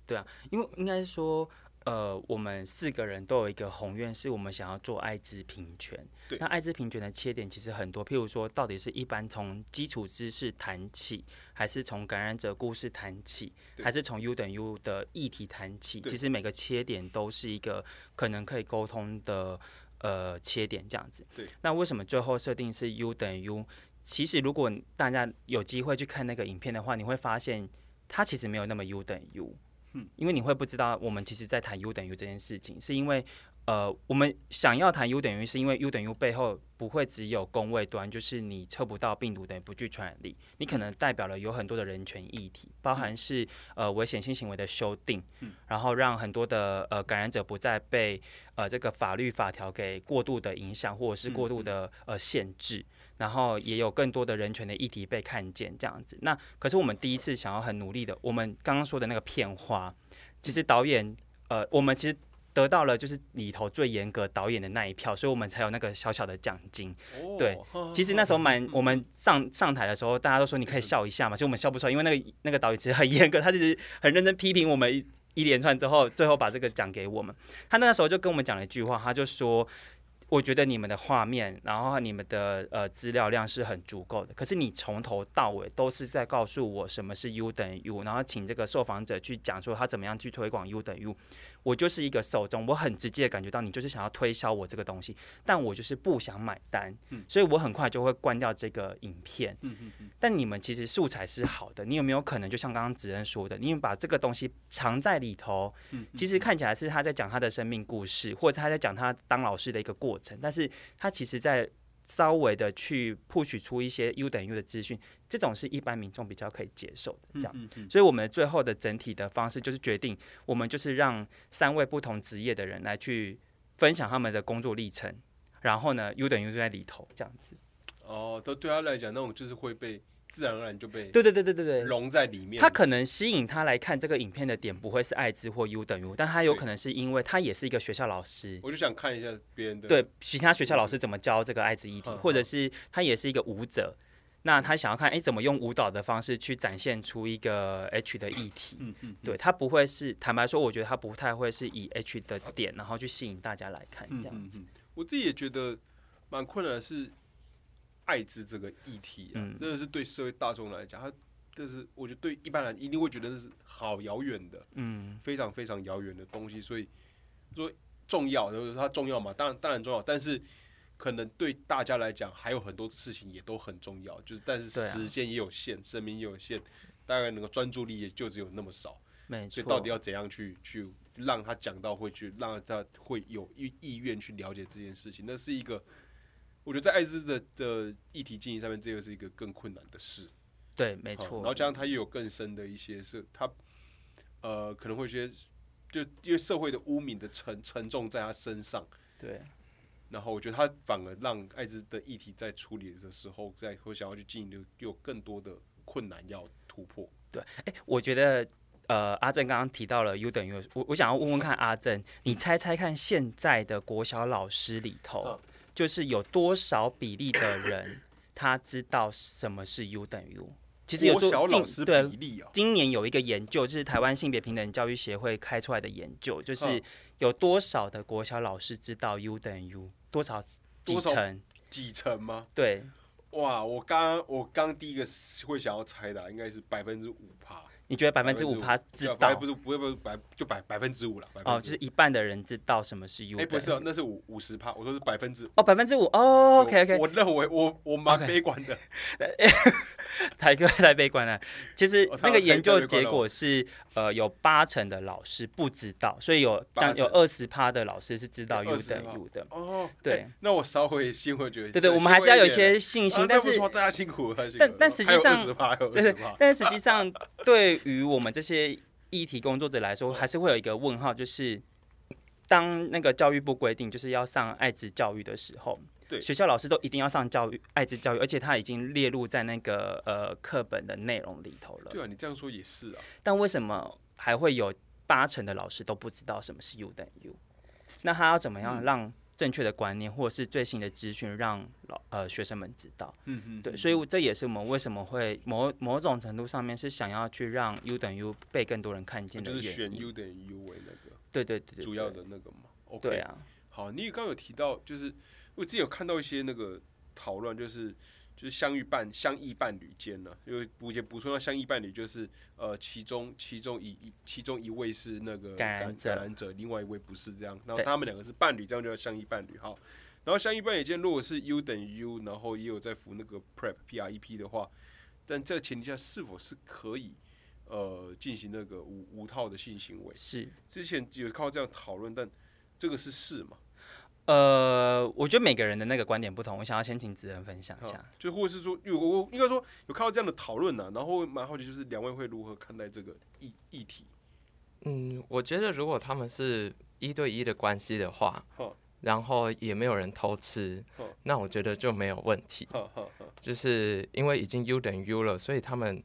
Speaker 2: 啊因为应该说，呃，我们四个人都有一个宏愿，是我们想要做艾滋平权。
Speaker 1: 对
Speaker 2: 那艾滋平权的切点其实很多，譬如说，到底是一般从基础知识谈起，还是从感染者故事谈起，
Speaker 1: 对
Speaker 2: 还是从 U 等于 U 的议题谈起？
Speaker 1: 对
Speaker 2: 其实每个切点都是一个可能可以沟通的呃切点，这样子。
Speaker 1: 对。
Speaker 2: 那为什么最后设定是 U 等于 U？其实，如果大家有机会去看那个影片的话，你会发现它其实没有那么 U 等于 U，因为你会不知道我们其实在谈 U 等于这件事情，是因为呃，我们想要谈 U 等于，是因为 U 等于背后不会只有工位端，就是你测不到病毒等于不具传染力，你可能代表了有很多的人权议题，包含是呃危险性行为的修订，然后让很多的呃感染者不再被呃这个法律法条给过度的影响，或者是过度的呃限制。然后也有更多的人权的议题被看见，这样子。那可是我们第一次想要很努力的，我们刚刚说的那个片花，其实导演呃，我们其实得到了就是里头最严格导演的那一票，所以我们才有那个小小的奖金。对
Speaker 1: 哦嗯
Speaker 2: 其实那时候蛮，我们上上台的时候，大家都说你可以笑一下嘛，其实我们笑不出来，因为那个那个导演其实很严格，他其实很认真批评我们一一连串之后，最后把这个奖给我们。他那个时候就跟我们讲了一句话，他就说。我觉得你们的画面，然后你们的呃资料量是很足够的，可是你从头到尾都是在告诉我什么是 U 等于 U，然后请这个受访者去讲说他怎么样去推广 U 等于 U。我就是一个受众，我很直接的感觉到你就是想要推销我这个东西，但我就是不想买单，所以我很快就会关掉这个影片。但你们其实素材是好的，你有没有可能就像刚刚子恩说的，你们把这个东西藏在里头，其实看起来是他在讲他的生命故事，或者是他在讲他当老师的一个过程，但是他其实在稍微的去 push 出一些 U 等于 U 的资讯，这种是一般民众比较可以接受的，这样。所以我们最后的整体的方式就是决定，我们就是让三位不同职业的人来去分享他们的工作历程，然后呢，U 等于 U 就在里头这样子。
Speaker 1: 哦，都对他来讲，那种就是会被自然而然就被
Speaker 2: 对对对对对对，
Speaker 1: 融在里面。
Speaker 2: 他可能吸引他来看这个影片的点不会是艾滋或 U 等于 U，但他有可能是因为他也是一个学校老师，
Speaker 1: 我就想看一下别人的
Speaker 2: 对其他学校老师怎么教这个艾滋议题
Speaker 1: 嗯，
Speaker 2: 或者是他也是一个舞者，那他想要看哎怎么用舞蹈的方式去展现出一个 H 的议题，
Speaker 1: 嗯
Speaker 2: 对他不会是坦白说，我觉得他不太会是以 H 的点然后去吸引大家来看这
Speaker 1: 嗯
Speaker 2: 样子，
Speaker 1: 我自己也觉得蛮困难的是，艾滋这个议题、啊，
Speaker 2: 嗯
Speaker 1: 真的是对社会大众来讲，它这是我觉得对一般人一定会觉得这是好遥远的，
Speaker 2: 嗯
Speaker 1: 非常非常遥远的东西。所以说重要，然后它重要嘛，当然当然重要，但是可能对大家来讲，还有很多事情也都很重要，就是但是
Speaker 2: 对啊
Speaker 1: 时间也有限，生命也有限，大概能够专注力也就只有那么少。
Speaker 2: 没
Speaker 1: 所以
Speaker 2: 错，
Speaker 1: 到底要怎样去去让他讲到会去让他会有意意愿去了解这件事情，那是一个我觉得在艾滋的的议题经营上面，这又是一个更困难的事。
Speaker 2: 对没
Speaker 1: 好
Speaker 2: 错，
Speaker 1: 然后加上他又有更深的一些是他呃可能会觉得就因为社会的污名的沉沉重在他身上，
Speaker 2: 对
Speaker 1: 然后我觉得他反而让艾滋的议题在处理的时候，在会想要去经营的有更多的困难要突破。
Speaker 2: 哎，我觉得呃，阿正刚刚提到了 U 等于 U，我我想要问问看阿正，你猜猜看，现在的国小老师里头
Speaker 1: 嗯，
Speaker 2: 就是有多少比例的人他知道什么是 U 等于 U？其实有
Speaker 1: 国
Speaker 2: 做
Speaker 1: 小
Speaker 2: 近
Speaker 1: 老师
Speaker 2: 对
Speaker 1: 比例啊，
Speaker 2: 今年有一个研究，就是台湾性别平等教育协会开出来的研究，就是
Speaker 1: 嗯
Speaker 2: 有多少的国小老师知道 U 等于 U，多少几
Speaker 1: 多少
Speaker 2: 成？
Speaker 1: 几成吗？
Speaker 2: 对，
Speaker 1: 哇，我刚我刚第一个会想要猜的啊应该是百分之五趴，
Speaker 2: 你觉得百分之五
Speaker 1: 5%
Speaker 2: 他知
Speaker 1: 对啊
Speaker 2: 道
Speaker 1: 不？是不是不是百就百百分之五了，百分
Speaker 2: 哦，就
Speaker 1: 之
Speaker 2: 是
Speaker 1: 五。
Speaker 2: 一半的人知道什么是 U
Speaker 1: 哎，
Speaker 2: 等
Speaker 1: 不是哦
Speaker 2: 于，
Speaker 1: 那是五五十趴，我说是百分之五。
Speaker 2: 哦，百分之五哦，OK OK，
Speaker 1: 我我认为我我蛮
Speaker 2: OK
Speaker 1: 悲观 的，
Speaker 2: 台哥 太悲观了。其实
Speaker 1: 哦他
Speaker 2: 那个
Speaker 1: 太
Speaker 2: 研究
Speaker 1: 太悲观
Speaker 2: 结
Speaker 1: 了
Speaker 2: 果是，呃，有八成的老师不知道，所以有
Speaker 1: 八
Speaker 2: 将有
Speaker 1: 成
Speaker 2: 二十趴的老师是知道
Speaker 1: 有
Speaker 2: U
Speaker 1: 20%
Speaker 2: 等于 U 的。
Speaker 1: 哦，
Speaker 2: 对
Speaker 1: 哎那我稍微心会啊觉得，
Speaker 2: 对对，我们还是要有一些信
Speaker 1: 信
Speaker 2: 心，但是
Speaker 1: 说大家辛苦了，
Speaker 2: 但但实际上
Speaker 1: 二十趴，还有二
Speaker 2: 对
Speaker 1: 十
Speaker 2: 对
Speaker 1: 趴，，
Speaker 2: 但是实际上对于我们这些议题工作者来
Speaker 1: 嗯
Speaker 2: 说，还是会有一个问号，就是当那个教育部规定就是要上爱滋教育的时候，
Speaker 1: 对
Speaker 2: 学校老师都一定要上教育爱滋教育，而且他已经列入在那个呃课本的内容里头了。
Speaker 1: 对啊，你这样说也是啊，
Speaker 2: 但为什么还会有八成的老师都不知道什么是 U 等于 U？那他要怎么样让正确的观念或者是最新的资讯让老呃学生们知道？
Speaker 1: 嗯嗯，
Speaker 2: 对，所以这也是我们为什么会某某种程度上面是想要去让 U 等于 U 被更多人看见的
Speaker 1: 嗯哦就是
Speaker 2: 原因。
Speaker 1: 选 U 等于 U 为那
Speaker 2: 对对
Speaker 1: 个
Speaker 2: 对对
Speaker 1: 主要
Speaker 2: 对
Speaker 1: 的那个嘛，OK，
Speaker 2: 对啊，
Speaker 1: 好，你刚刚有提到，就是我自己有看到一些那个讨论，就是就是相遇伴相异伴侣间呢、因为补也补充到相异伴侣，就是呃，其中其中一一其中一位是那个
Speaker 2: 感染
Speaker 1: 染
Speaker 2: 者
Speaker 1: 感染者，另外一位不是这样，然后
Speaker 2: 对
Speaker 1: 他们两个是伴侣，这样就叫相异伴侣。好，然后相异伴侣间如果是 U 等于 U，然后也有在服那个 PrEP P R E P 的话，但这个前提下是否是可以呃进行那个无无套的性行为。
Speaker 2: 是，
Speaker 1: 之前有靠这样讨论，但这个是事嘛？
Speaker 2: 呃，我觉得每个人的那个观点不同，我想要先请子人分享一下。
Speaker 1: 啊就或者是说，有我应该说有看到这样的讨论呢，然后我蛮好奇，就是两位会如何看待这个议议题？
Speaker 3: 嗯，我觉得如果他们是一对一的关系的话
Speaker 1: 好，
Speaker 3: 然后也没有人偷吃
Speaker 1: 好，
Speaker 3: 那我觉得就没有问题。
Speaker 1: 哈哈哈，
Speaker 3: 就是因为已经 U 等于 U 了，所以他们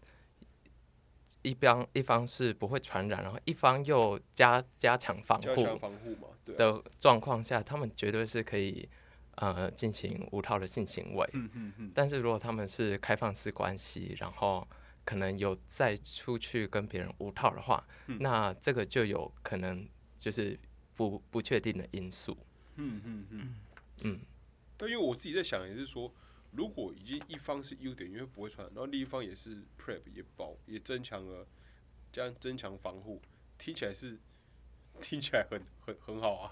Speaker 3: 一方一方是不会传染，然后一方又加加强防
Speaker 1: 加强
Speaker 3: 护
Speaker 1: 防护嘛，对啊、
Speaker 3: 的状况下，他们绝对是可以呃进行无套的性行为。
Speaker 1: 嗯嗯嗯，
Speaker 3: 但是如果他们是开放式关系，然后可能有再出去跟别人无套的话，
Speaker 1: 嗯
Speaker 3: 那这个就有可能就是不不确定的因素。
Speaker 1: 嗯但因为我自己在想，也是说，如果已经一方是优点，因为不会传染，然后另一方也是 prep 也保也增强了，这样增强防护，听起来是听起来很很很好 啊，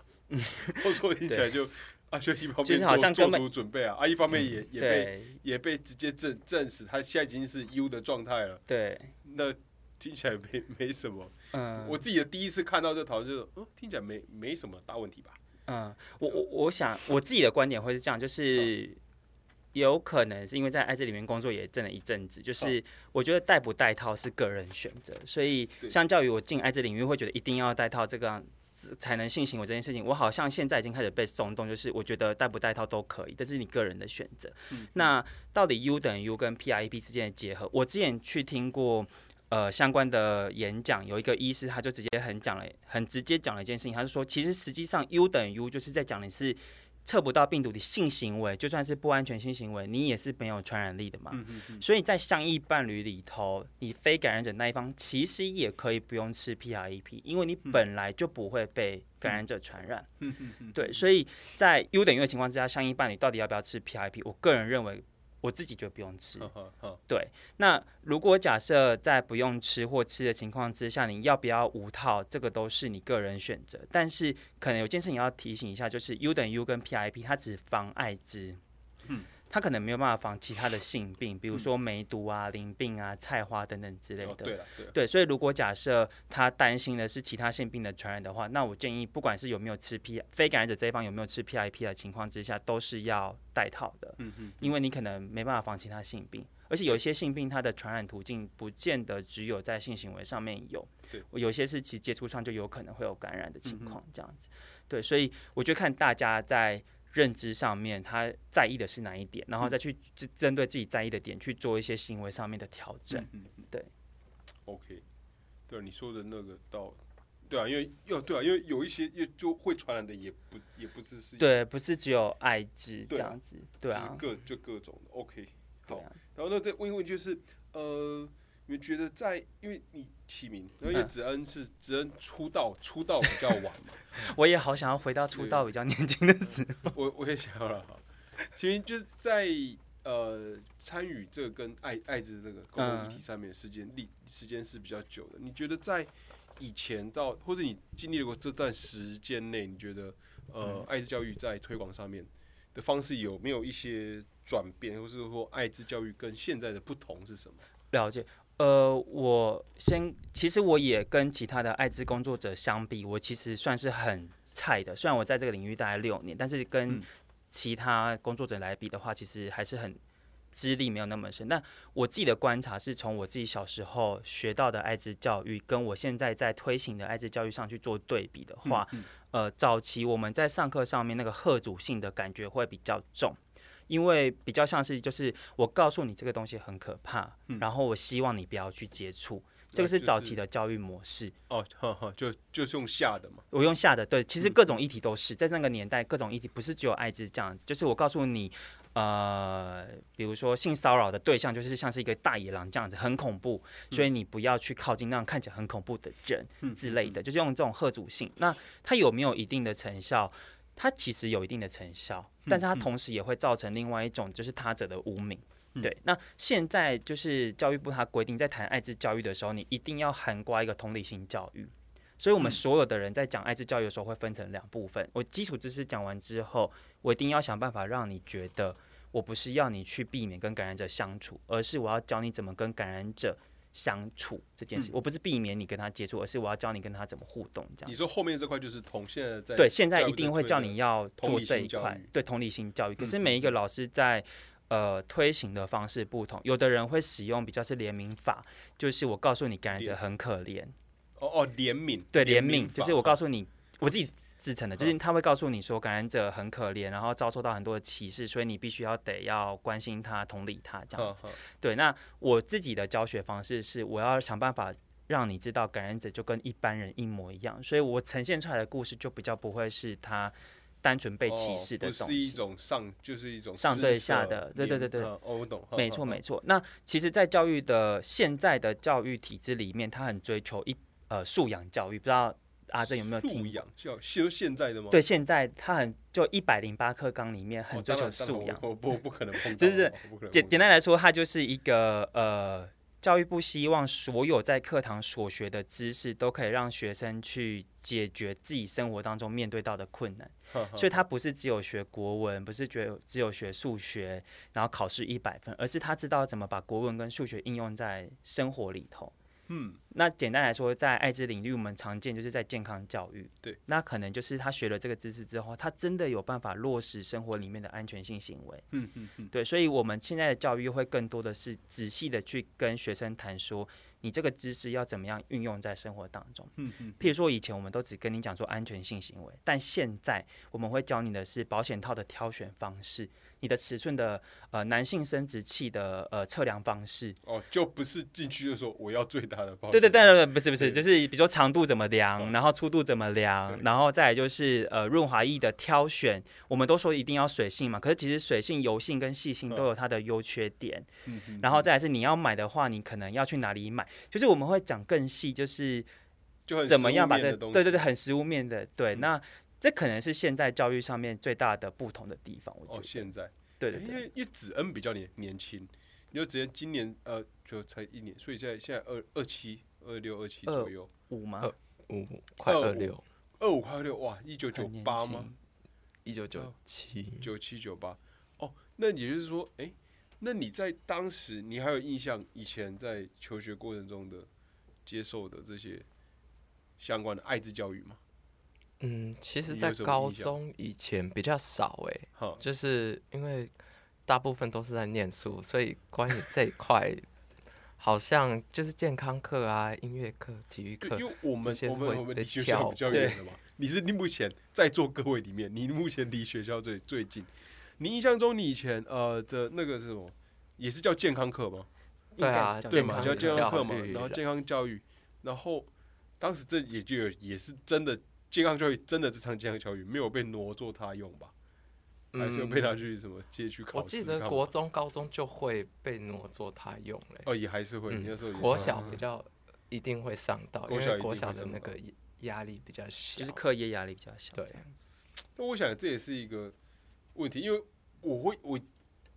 Speaker 1: 或者说听起来就啊，就一方
Speaker 2: 就
Speaker 1: 面
Speaker 2: 是
Speaker 1: 做
Speaker 2: 好像
Speaker 1: 做
Speaker 2: 根本
Speaker 1: 足准备啊，啊一方面也、也被
Speaker 2: 对
Speaker 1: 也被直接证证实他现在已经是 U 的状态了，
Speaker 2: 对，
Speaker 1: 那听起来没没什么。
Speaker 2: 嗯，
Speaker 1: 我自己的第一次看到这讨论就是，嗯，听起来没没什么大问题吧？
Speaker 2: 嗯，我我我想我自己的观点会是这样，就是有可能是因为在爱这里面工作也挣了一阵子，就是我觉得戴不戴套是个人选择，所以
Speaker 1: 对
Speaker 2: 相较于我进爱这领域会觉得一定要戴套这个样子才能性行为这件事情，我好像现在已经开始被松动，就是我觉得戴不戴套都可以，这是你个人的选择。那到底 U 等于 U 跟 PIP 之间的结合，我之前去听过。呃，相关的演讲有一个医师，他就直接很讲了，很直接讲了一件事情，他就说，其实实际上 U 等于 U 就是在讲的是测不到病毒的性行为，就算是不安全性行为，你也是没有传染力的嘛。所以在相异伴侣里头，你非感染者那一方其实也可以不用吃 PREP，因为你本来就不会被感染者传
Speaker 1: 嗯
Speaker 2: 染。嗯对，所以在 U 等于 U 的情况之下，相异伴侣到底要不要吃 PREP？我个人认为，我自己觉得不用吃。
Speaker 1: 哈哈哈，
Speaker 2: 对，那如果假设在不用吃或吃的情况之下，你要不要无套，这个都是你个人选择。但是可能有件事情要提醒一下，就是 U 等于 U 跟 PIP 它只防艾滋，它可能没有办法防其他的性病，比如说梅毒啊、淋病啊、菜花等等之类
Speaker 1: 哦，
Speaker 2: 的。
Speaker 1: 对了，对了。
Speaker 2: 对，所以如果假设他担心的是其他性病的传染的话，那我建议不管是有没有吃 P 非感染者这一方有没有吃 PIP 的情况之下，都是要戴套的。嗯嗯，因为你可能没办法防其他性病，而且有一些性病它的传染途径不见得只有在性行为上面有，
Speaker 1: 对，
Speaker 2: 有一些是其实接触上就有可能会有感染的情况，这样子。对，所以我觉得看大家在。认知上面，他在意的是哪一点，然后再去针针对自己在意的点去做一些行为上面的调整。
Speaker 1: OK，对啊你说的那个到，对啊，因为要对啊，因为有一些也就会传染的也不也不只是，
Speaker 2: 对，不是只有爱滋这
Speaker 1: 对啊
Speaker 2: 样子，对啊，
Speaker 1: 就是各就各种的 OK。
Speaker 2: 对
Speaker 1: 好
Speaker 2: 啊，
Speaker 1: 然后那再问一问就是呃，你们觉得在因为你起名，然后因为
Speaker 2: 嗯
Speaker 1: 子恩是子恩出道出道比较晚嘛，
Speaker 2: 我也好想要回到出道比较年轻的时候。
Speaker 1: 我我也想要了，好其实就是在。呃，参与这个跟艾艾滋这个公共议题上面的时间历时间是比较久的。你觉得在以前到或者你经历过这段时间内，你觉得呃，艾滋教育在推广上面的方式有没有一些转变，或是说艾滋教育跟现在的不同是什么？
Speaker 2: 了解，呃，我先，其实我也跟其他的艾滋工作者相比，我其实算是很菜的。虽然我在这个领域大概六年，但是跟
Speaker 1: 嗯
Speaker 2: 其他工作者来比的话，其实还是很资历没有那么深。但我自己的观察是从我自己小时候学到的艾滋教育，跟我现在在推行的艾滋教育上去做对比的话，呃，早期我们在上课上面那个贺主性的感觉会比较重。因为比较像是就是我告诉你这个东西很可怕，然后我希望你不要去接触，这个是早期的教育模式。
Speaker 1: 哦，哈哈，就就是用下的嘛，
Speaker 2: 我用下的对，其实各种议题都是、在那个年代，各种议题不是只有艾滋这样子，就是我告诉你，呃，比如说性骚扰的对象就是像是一个大野狼这样子，很恐怖，所以你不要去靠近那样看起来很恐怖的人之类的，就是用这种贺主性。那它有没有一定的成效？它其实有一定的成效，但是它同时也会造成另外一种就是他者的污名。对，那现在就是教育部它规定，在谈艾滋教育的时候，你一定要涵盖一个同理心教育。所以，我们所有的人在讲艾滋教育的时候，会分成两部分。我基础知识讲完之后，我一定要想办法让你觉得，我不是要你去避免跟感染者相处，而是我要教你怎么跟感染者相处这件事。我不是避免你跟他接触，而是我要教你跟他怎么互动这样。
Speaker 1: 你说后面这块就是同现在在
Speaker 2: 对，现在
Speaker 1: 教育
Speaker 2: 一定
Speaker 1: 的
Speaker 2: 会
Speaker 1: 推
Speaker 2: 叫
Speaker 1: 的
Speaker 2: 你要
Speaker 1: 同
Speaker 2: 做
Speaker 1: 理
Speaker 2: 这
Speaker 1: 心
Speaker 2: 一
Speaker 1: 教
Speaker 2: 块
Speaker 1: 育，嗯
Speaker 2: 对同理心教育。可是每一个老师在呃推行的方式不同，有的人会使用比较是怜悯法，就是我告诉你感染者
Speaker 1: 怜
Speaker 2: 很可怜，
Speaker 1: 哦哦怜悯
Speaker 2: 对怜悯，就
Speaker 1: 法嗯
Speaker 2: 是我告诉你我自己。自成的，就是他会告诉你说感染者很可怜，然后遭受到很多的歧视，所以你必须要得要关心他、同理他这样
Speaker 1: 嗯
Speaker 2: 子。
Speaker 1: 嗯
Speaker 2: 对，那我自己的教学方式是，我要想办法让你知道感染者就跟一般人一模一样，所以我呈现出来的故事就比较不会是他单纯被歧
Speaker 1: 哦
Speaker 2: 视的
Speaker 1: 不
Speaker 2: 东
Speaker 1: 是一
Speaker 2: 西。
Speaker 1: 种上就是一种
Speaker 2: 上
Speaker 1: 施
Speaker 2: 对下
Speaker 1: 舍
Speaker 2: 的对对
Speaker 1: 怜
Speaker 2: 对对
Speaker 1: 嗯哦我懂，嗯
Speaker 2: 没
Speaker 1: 嗯
Speaker 2: 错，
Speaker 1: 嗯
Speaker 2: 没错。那其实，在教育的现在的教育体制里面，他很追求一呃素养教育，不知道阿珍有没有
Speaker 1: 素
Speaker 2: 听？
Speaker 1: 养教就现在的吗？
Speaker 2: 对，现在他很就一百零八课纲里面
Speaker 1: 哦，
Speaker 2: 很追
Speaker 1: 当
Speaker 2: 求
Speaker 1: 然当然
Speaker 2: 素
Speaker 1: 我
Speaker 2: 养。
Speaker 1: 我不我不可能碰到嘛，
Speaker 2: 就是
Speaker 1: 我不可能
Speaker 2: 简
Speaker 1: 碰
Speaker 2: 简
Speaker 1: 到
Speaker 2: 单来说，它就是一个呃，教育部希望所有在课堂所学的知识都可以让学生去解决自己生活当中面对到的困难，
Speaker 1: 哈哈
Speaker 2: 所以它不是只有学国文，不是只有只有学数学，然后考试一百分，而是他知道怎么把国文跟数学应用在生活里头。
Speaker 1: 嗯，
Speaker 2: 那简单来说，在艾滋领域，我们常见就是在健康教育。
Speaker 1: 对，
Speaker 2: 那可能就是他学了这个知识之后，他真的有办法落实生活里面的安全性行为。
Speaker 1: 嗯嗯嗯，
Speaker 2: 对，所以我们现在的教育会更多的是仔细的去跟学生谈说，你这个知识要怎么样运用在生活当中。
Speaker 1: 嗯嗯，
Speaker 2: 譬如说，以前我们都只跟你讲说安全性行为，但现在我们会教你的是保险套的挑选方式，你的尺寸的呃男性生殖器的呃测量方式。
Speaker 1: 哦，就不是进去就说我要最大的包，
Speaker 2: 对对对，对，不是不是，
Speaker 1: 哦对哦
Speaker 2: 就是比如说长度怎么量，然后粗度怎么量
Speaker 1: 对，
Speaker 2: 然后再来就是呃润滑液的挑选，我们都说一定要水性嘛，可是其实水性、油性跟细性都有它的优缺点。
Speaker 1: 嗯嗯
Speaker 2: 然后再来是你要买的话，你可能要去哪里买？就是我们会讲更细，就是
Speaker 1: 就很
Speaker 2: 怎么样把
Speaker 1: 实物面
Speaker 2: 这
Speaker 1: 的东西嗯
Speaker 2: 对对对很实物面的对。那这可能是现在教育上面最大的不同的地方，我觉
Speaker 1: 哦，
Speaker 2: 得。
Speaker 1: 现在
Speaker 2: 对对
Speaker 1: 因
Speaker 2: 对，
Speaker 1: 为因为子恩比较年年轻，你就直接今年呃就才一年，所以现在现在二二七二六二七
Speaker 2: 二
Speaker 1: 左右，
Speaker 2: 五吗？
Speaker 3: 呃五快
Speaker 1: 二
Speaker 3: 二
Speaker 1: 五
Speaker 3: 六，
Speaker 1: 二五快六哇，一九九
Speaker 2: 很年
Speaker 1: 八
Speaker 2: 轻
Speaker 1: 吗？
Speaker 3: 一九九七，
Speaker 1: 九七九八。哦，那也就是说，诶，那你在当时，你还有印象以前在求学过程中的接受的这些相关的爱滋教育吗？
Speaker 3: 嗯，其实，
Speaker 1: 你
Speaker 3: 在
Speaker 1: 有什么
Speaker 3: 高
Speaker 1: 印象
Speaker 3: 中以前比较少诶、
Speaker 1: 哈，
Speaker 3: 就是因为大部分都是在念书，所以关于这一块，好像就是健康课啊、音乐课、体育
Speaker 1: 就
Speaker 3: 课
Speaker 1: 因，为我们
Speaker 3: 这些
Speaker 1: 我们
Speaker 3: 会
Speaker 1: 我们
Speaker 3: 被
Speaker 1: 离学校
Speaker 3: 挑
Speaker 1: 比较远的嘛，你是目前在座各位里面，你目前离学校最最近。你印象中你以前呃的那个是什么，也是叫健康课吗？
Speaker 3: 对啊
Speaker 2: 应该是这样
Speaker 1: 对
Speaker 3: 健
Speaker 1: 嘛，
Speaker 3: 康
Speaker 1: 叫健康课嘛
Speaker 3: 教育，
Speaker 1: 然后
Speaker 3: 啦
Speaker 1: 健康教育，然后当时这也就有也是真的健康教育，真的这场健康教育没有被挪作他用吧？还是有被拿去什么街区考
Speaker 3: 嗯
Speaker 1: 试？
Speaker 3: 我记得
Speaker 1: 干嘛
Speaker 3: 国中、高中就会被挪作他用嘞、
Speaker 1: 哦也还是会，你那时候
Speaker 3: 嗯，
Speaker 1: 也
Speaker 3: 国
Speaker 1: 嗯
Speaker 3: 小
Speaker 1: 嗯
Speaker 3: 比较一定会上到，
Speaker 1: 国
Speaker 3: 因
Speaker 1: 小一
Speaker 3: 为
Speaker 1: 定
Speaker 3: 国
Speaker 1: 会
Speaker 3: 小的
Speaker 1: 上
Speaker 3: 那
Speaker 1: 到
Speaker 3: 个压力比较小，
Speaker 2: 就是课业压力比较小，
Speaker 3: 对
Speaker 2: 这样子。
Speaker 1: 那我想这也是一个问题，因为我会我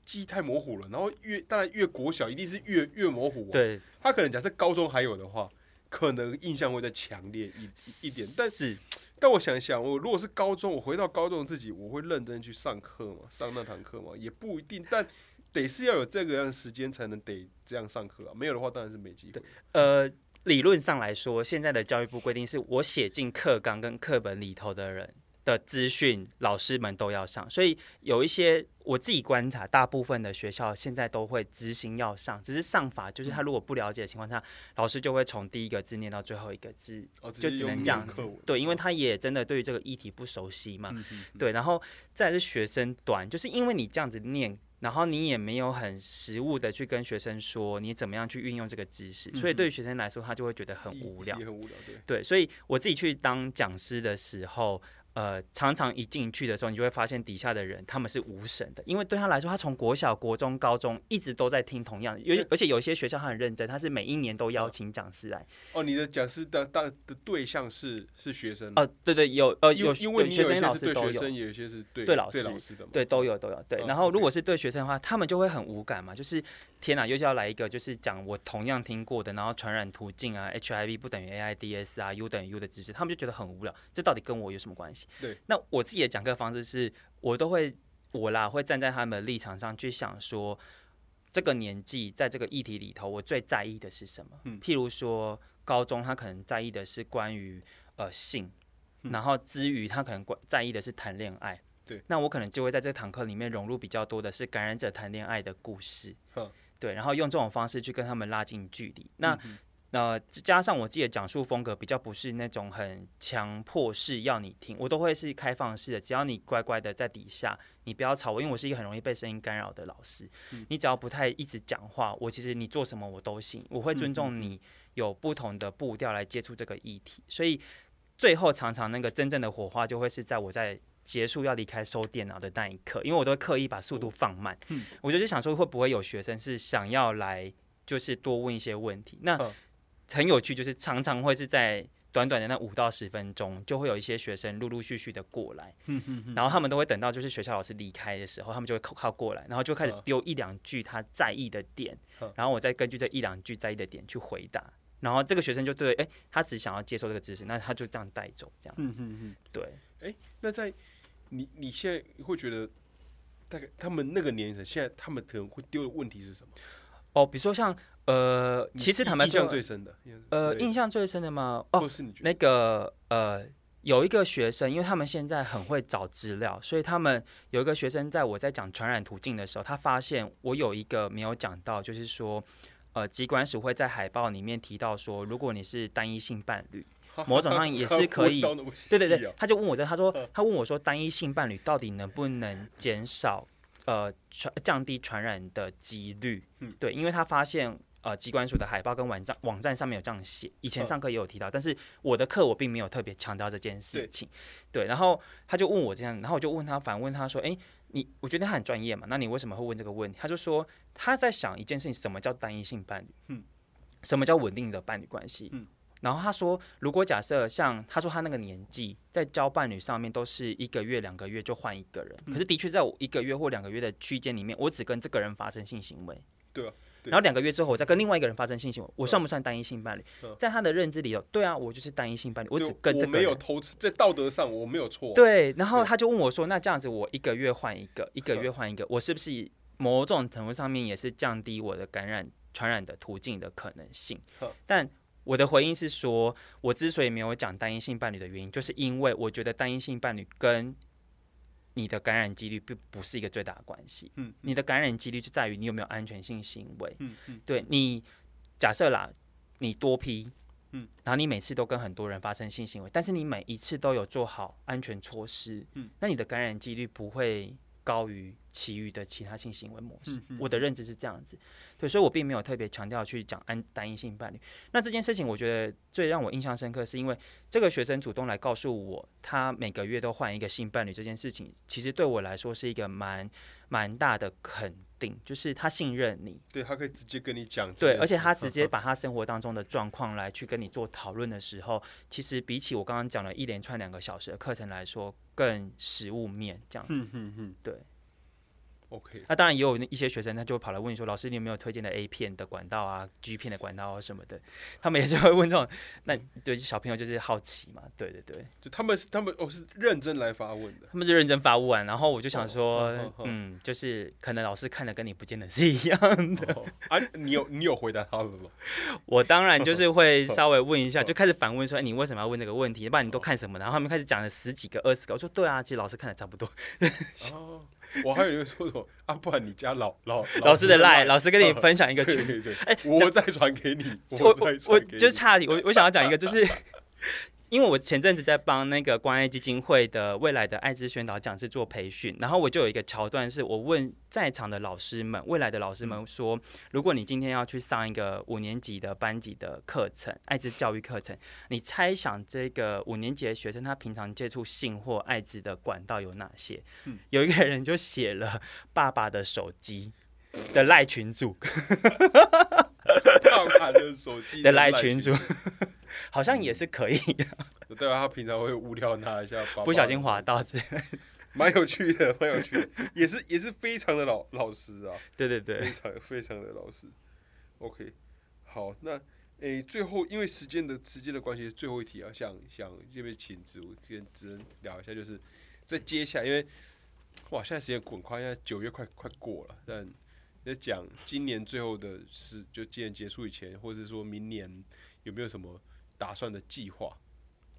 Speaker 1: 记忆太模糊了，然后越当然越国小一定是越越模糊、啊，，
Speaker 2: 对，
Speaker 1: 他可能假设高中还有的话，可能印象会再强烈一一一点，但
Speaker 2: 是
Speaker 1: 但我想一想，我如果是高中，我回到高中自己，我会认真去上课吗？上那堂课吗？也不一定，但得是要有这个样的时间才能得这样上课啊。没有的话，当然是没机会。
Speaker 2: 呃，理论上来说，现在的教育部规定是我写进课纲跟课本里头的人的资讯，老师们都要上。所以有一些我自己观察，大部分的学校现在都会执行要上，只是上法就是他如果不了解的情况下，老师就会从第一个字念到最后一个字，
Speaker 1: 哦，
Speaker 2: 就只能这样
Speaker 1: 子
Speaker 2: 子。对，因为他也真的对于这个议题不熟悉嘛。
Speaker 1: 嗯嗯
Speaker 2: 对，然后再来是学生端，就是因为你这样子念，然后你也没有很实务的去跟学生说你怎么样去运用这个知识，所以
Speaker 1: 嗯
Speaker 2: 对于学生来说，他就会觉得很
Speaker 1: 也
Speaker 2: 无聊
Speaker 1: 也。很无聊，对。
Speaker 2: 对，所以我自己去当讲师的时候，呃，常常一进去的时候，你就会发现底下的人他们是无神的，因为对他来说，他从国小、国中、高中一直都在听同样的，有而且有一些学校他很认真，他是每一年都
Speaker 1: 嗯
Speaker 2: 邀请讲师来。
Speaker 1: 哦，你的讲师的的的对象是是学生
Speaker 2: 哦、对对，有呃
Speaker 1: 因
Speaker 2: 有
Speaker 1: 为因为
Speaker 2: 对
Speaker 1: 你
Speaker 2: 学
Speaker 1: 有一
Speaker 2: 生
Speaker 1: 些
Speaker 2: 老
Speaker 1: 是
Speaker 2: 师
Speaker 1: 对
Speaker 2: 都
Speaker 1: 学
Speaker 2: 有。
Speaker 1: 生，有一些是对
Speaker 2: 对老师
Speaker 1: 师的嘛。
Speaker 2: 对，都有都有对。
Speaker 1: 嗯
Speaker 2: 然后如
Speaker 1: OK
Speaker 2: 果是对学生的话，他们就会很无感嘛，就是天哪，又是要来一个就是讲我同样听过的，然后传染途径啊，HIV 不等于 AIDS 啊，U 等于 U 的知识，他们就觉得很无聊，这到底跟我有什么关系？
Speaker 1: 对，
Speaker 2: 那我自己的讲课方式是我都会我啦，会站在他们的立场上去想说。这个年纪在这个议题里头，我最在意的是什么？
Speaker 1: 嗯
Speaker 2: 譬如说高中，他可能在意的是关于呃性，
Speaker 1: 嗯
Speaker 2: 然后之余他可能关在意的是谈恋爱。
Speaker 1: 对，
Speaker 2: 那我可能就会在这堂课里面融入比较多的是感染者谈恋爱的故事
Speaker 1: 嗯。
Speaker 2: 对，然后用这种方式去跟他们拉近距离。那、呃，加上我自己的讲述风格比较不是那种很强迫式要你听，我都会是开放式的，只要你乖乖的在底下，你不要吵我，因为我是一个很容易被声音干扰的老师。你只要不太一直讲话，我其实你做什么我都行，我会尊重你有不同的步调来接触这个议题，所以最后常常那个真正的火花就会是在我在。结束要离开收电脑的那一刻，因为我都会刻意把速度放慢，
Speaker 1: 嗯
Speaker 2: 我就是想说会不会有学生是想要来，就是多问一些问题。那
Speaker 1: 嗯
Speaker 2: 很有趣，就是常常会是在短短的那五到十分钟，就会有一些学生陆陆续续的过来，
Speaker 1: 嗯
Speaker 2: 然后他们都会等到就是学校老师离开的时候，他们就会靠靠过来，然后就开始
Speaker 1: 嗯
Speaker 2: 丢一两句他在意的点
Speaker 1: 嗯，
Speaker 2: 然后我再根据这一两句在意的点去回答。然后这个学生就对，哎，他只想要接受这个知识，那他就这样带走，这样
Speaker 1: 嗯嗯嗯。
Speaker 2: 对。
Speaker 1: 那在你你现在会觉得，大概他们那个年龄层，现在他们可能会丢的问题是什么？
Speaker 2: 哦，比如说像呃，
Speaker 1: 你
Speaker 2: 其实
Speaker 1: 印
Speaker 2: 坦白
Speaker 1: 印象
Speaker 2: 说，
Speaker 1: 最深的，
Speaker 2: 呃，
Speaker 1: 之类的
Speaker 2: 印象最深的嘛，哦，
Speaker 1: 或是你觉得
Speaker 2: 那个呃，有一个学生，因为他们现在很会找资料，所以他们有一个学生，在我在讲传染途径的时候，他发现我有一个没有讲到，就是说，呃，机关署会在海报里面提到说，如果你是单一性伴侣，某种上也是可以
Speaker 1: 他会到那么细啊
Speaker 2: 对对对，他就问我这，他说
Speaker 1: 嗯
Speaker 2: 他问我说，单一性伴侣到底能不能减少呃传降低传染的几率？
Speaker 1: 嗯
Speaker 2: 对，因为他发现呃机关署的海报跟网站网站上面有这样写，以前
Speaker 1: 嗯
Speaker 2: 上课也有提到，但是我的课我并没有特别强调这件事情。对，然后他就问我这样，然后我就问他反问他说，诶，你我觉得他很专业嘛，那你为什么会问这个问题？他就说他在想一件事情，什么叫单一性伴侣？
Speaker 1: 嗯
Speaker 2: 什么叫稳定的伴侣关系？
Speaker 1: 嗯
Speaker 2: 然后他说，如果假设像他说他那个年纪，在交伴侣上面都是一个月、两个月就换一个人，
Speaker 1: 嗯
Speaker 2: 可是的确在我一个月或两个月的区间里面，我只跟这个人发生性行为。
Speaker 1: 对啊对
Speaker 2: 然后两个月之后，我再跟另外一个人发生性行为，我算不算单一性伴侣
Speaker 1: 嗯？
Speaker 2: 在他的认知里头，对啊，我就是单一性伴侣，我
Speaker 1: 对
Speaker 2: 只跟这
Speaker 1: 我
Speaker 2: 个
Speaker 1: 没有
Speaker 2: 人。
Speaker 1: 偷吃，在道德上我没有错啊，
Speaker 2: 对，然后
Speaker 1: 对嗯
Speaker 2: 他就问我说：“那这样子，我一个月换一个，一个月换一个，我是不是某种程度上面也是降低我的感染传染的途径的可能性
Speaker 1: 呵？”
Speaker 2: 但我的回应是说，我之所以没有讲单一性伴侣的原因，就是因为我觉得单一性伴侣跟你的感染几率并不是一个最大的关系。
Speaker 1: 嗯，
Speaker 2: 你的感染几率就在于你有没有安全性行为。
Speaker 1: 嗯嗯
Speaker 2: 对你假设啦，你多批，
Speaker 1: 嗯，
Speaker 2: 然后你每次都跟很多人发生性行为，但是你每一次都有做好安全措施，
Speaker 1: 嗯，
Speaker 2: 那你的感染几率不会高于其余的其他性行为模
Speaker 1: 嗯
Speaker 2: 式。我的认知是这样子，对，所以我并没有特别强调去讲安单一性伴侣。那这件事情，我觉得最让我印象深刻，是因为这个学生主动来告诉我，他每个月都换一个性伴侣这件事情，其实对我来说是一个蛮蛮大的肯定，就是他信任你，
Speaker 1: 对他可以直接跟你讲这件
Speaker 2: 对，
Speaker 1: 事，
Speaker 2: 而且他直接
Speaker 1: 嗯
Speaker 2: 把他生活当中的状况来去跟你做讨论的时候，其实比起我刚刚讲的一连串两个小时的课程来说，更实物面这
Speaker 1: 嗯
Speaker 2: 样子。对。
Speaker 1: OK，
Speaker 2: 那当然也有一些学生，他就跑来问你说：“老师，你有没有推荐的 A 片的管道啊、G 片的管道啊什么的？”他们也是会问这种。那
Speaker 1: 嗯
Speaker 2: 对小朋友就是好奇嘛，对对对，
Speaker 1: 就他们是他们哦是认真来发问的，
Speaker 2: 他们就认真发问，啊然后我就想说，
Speaker 1: 哦哦哦
Speaker 2: 嗯，就是可能老师看的跟你不见得是一样
Speaker 1: 哦啊，你有你有回答他们 吗？
Speaker 2: 我当然就是会稍微问一 下，就开始反问说：“哎，你为什么要问这个问题？不然你都看什么？”然后他们开始讲了十几个、二十个。我说：“对啊，其实老师看的差不多。
Speaker 1: 哦，我还以为说什么啊，不然你加老老
Speaker 2: 老师的赖，
Speaker 1: 赖，
Speaker 2: 老师跟你分享一
Speaker 1: 一
Speaker 2: 个群
Speaker 1: 对对对，
Speaker 2: 哎
Speaker 1: 我再传给你，
Speaker 2: 我
Speaker 1: 再
Speaker 2: 我我
Speaker 1: 传给
Speaker 2: 就
Speaker 1: 你
Speaker 2: 差点，我我想要讲一个，就是因为我前阵子在帮那个关爱基金会的未来的艾滋宣导讲师做培训，然后我就有一个桥段，是我问在场的老师们，未来的老师
Speaker 1: 嗯
Speaker 2: 们说，如果你今天要去上一个五年级的班级的课程，艾滋教育课程，你猜想这个五年级的学生他平常接触性或艾滋的管道有哪些？
Speaker 1: 嗯
Speaker 2: 有一个人就写了爸爸的手机的赖群主。
Speaker 1: 爸爸的手机
Speaker 2: 的
Speaker 1: 赖
Speaker 2: 赖群主， 好像也是可以的，
Speaker 1: 对吧？他平常会无聊拿一下，爸爸
Speaker 2: 不小心滑到之类的。
Speaker 1: 蛮有趣的，蛮有趣的，也是也是非常的老老实啊，
Speaker 2: 对对
Speaker 1: 非
Speaker 2: 对，
Speaker 1: 常非常的老实。OK，好，那诶，最后因为时间的时间的关系，最后一题啊，想想这边请植物先只能聊一下，就是在接下来，因为哇，现在时间滚快，现在九月快快过了，但在讲今年最后的是，就今年结束以前，或者是说明年有没有什么打算的计划？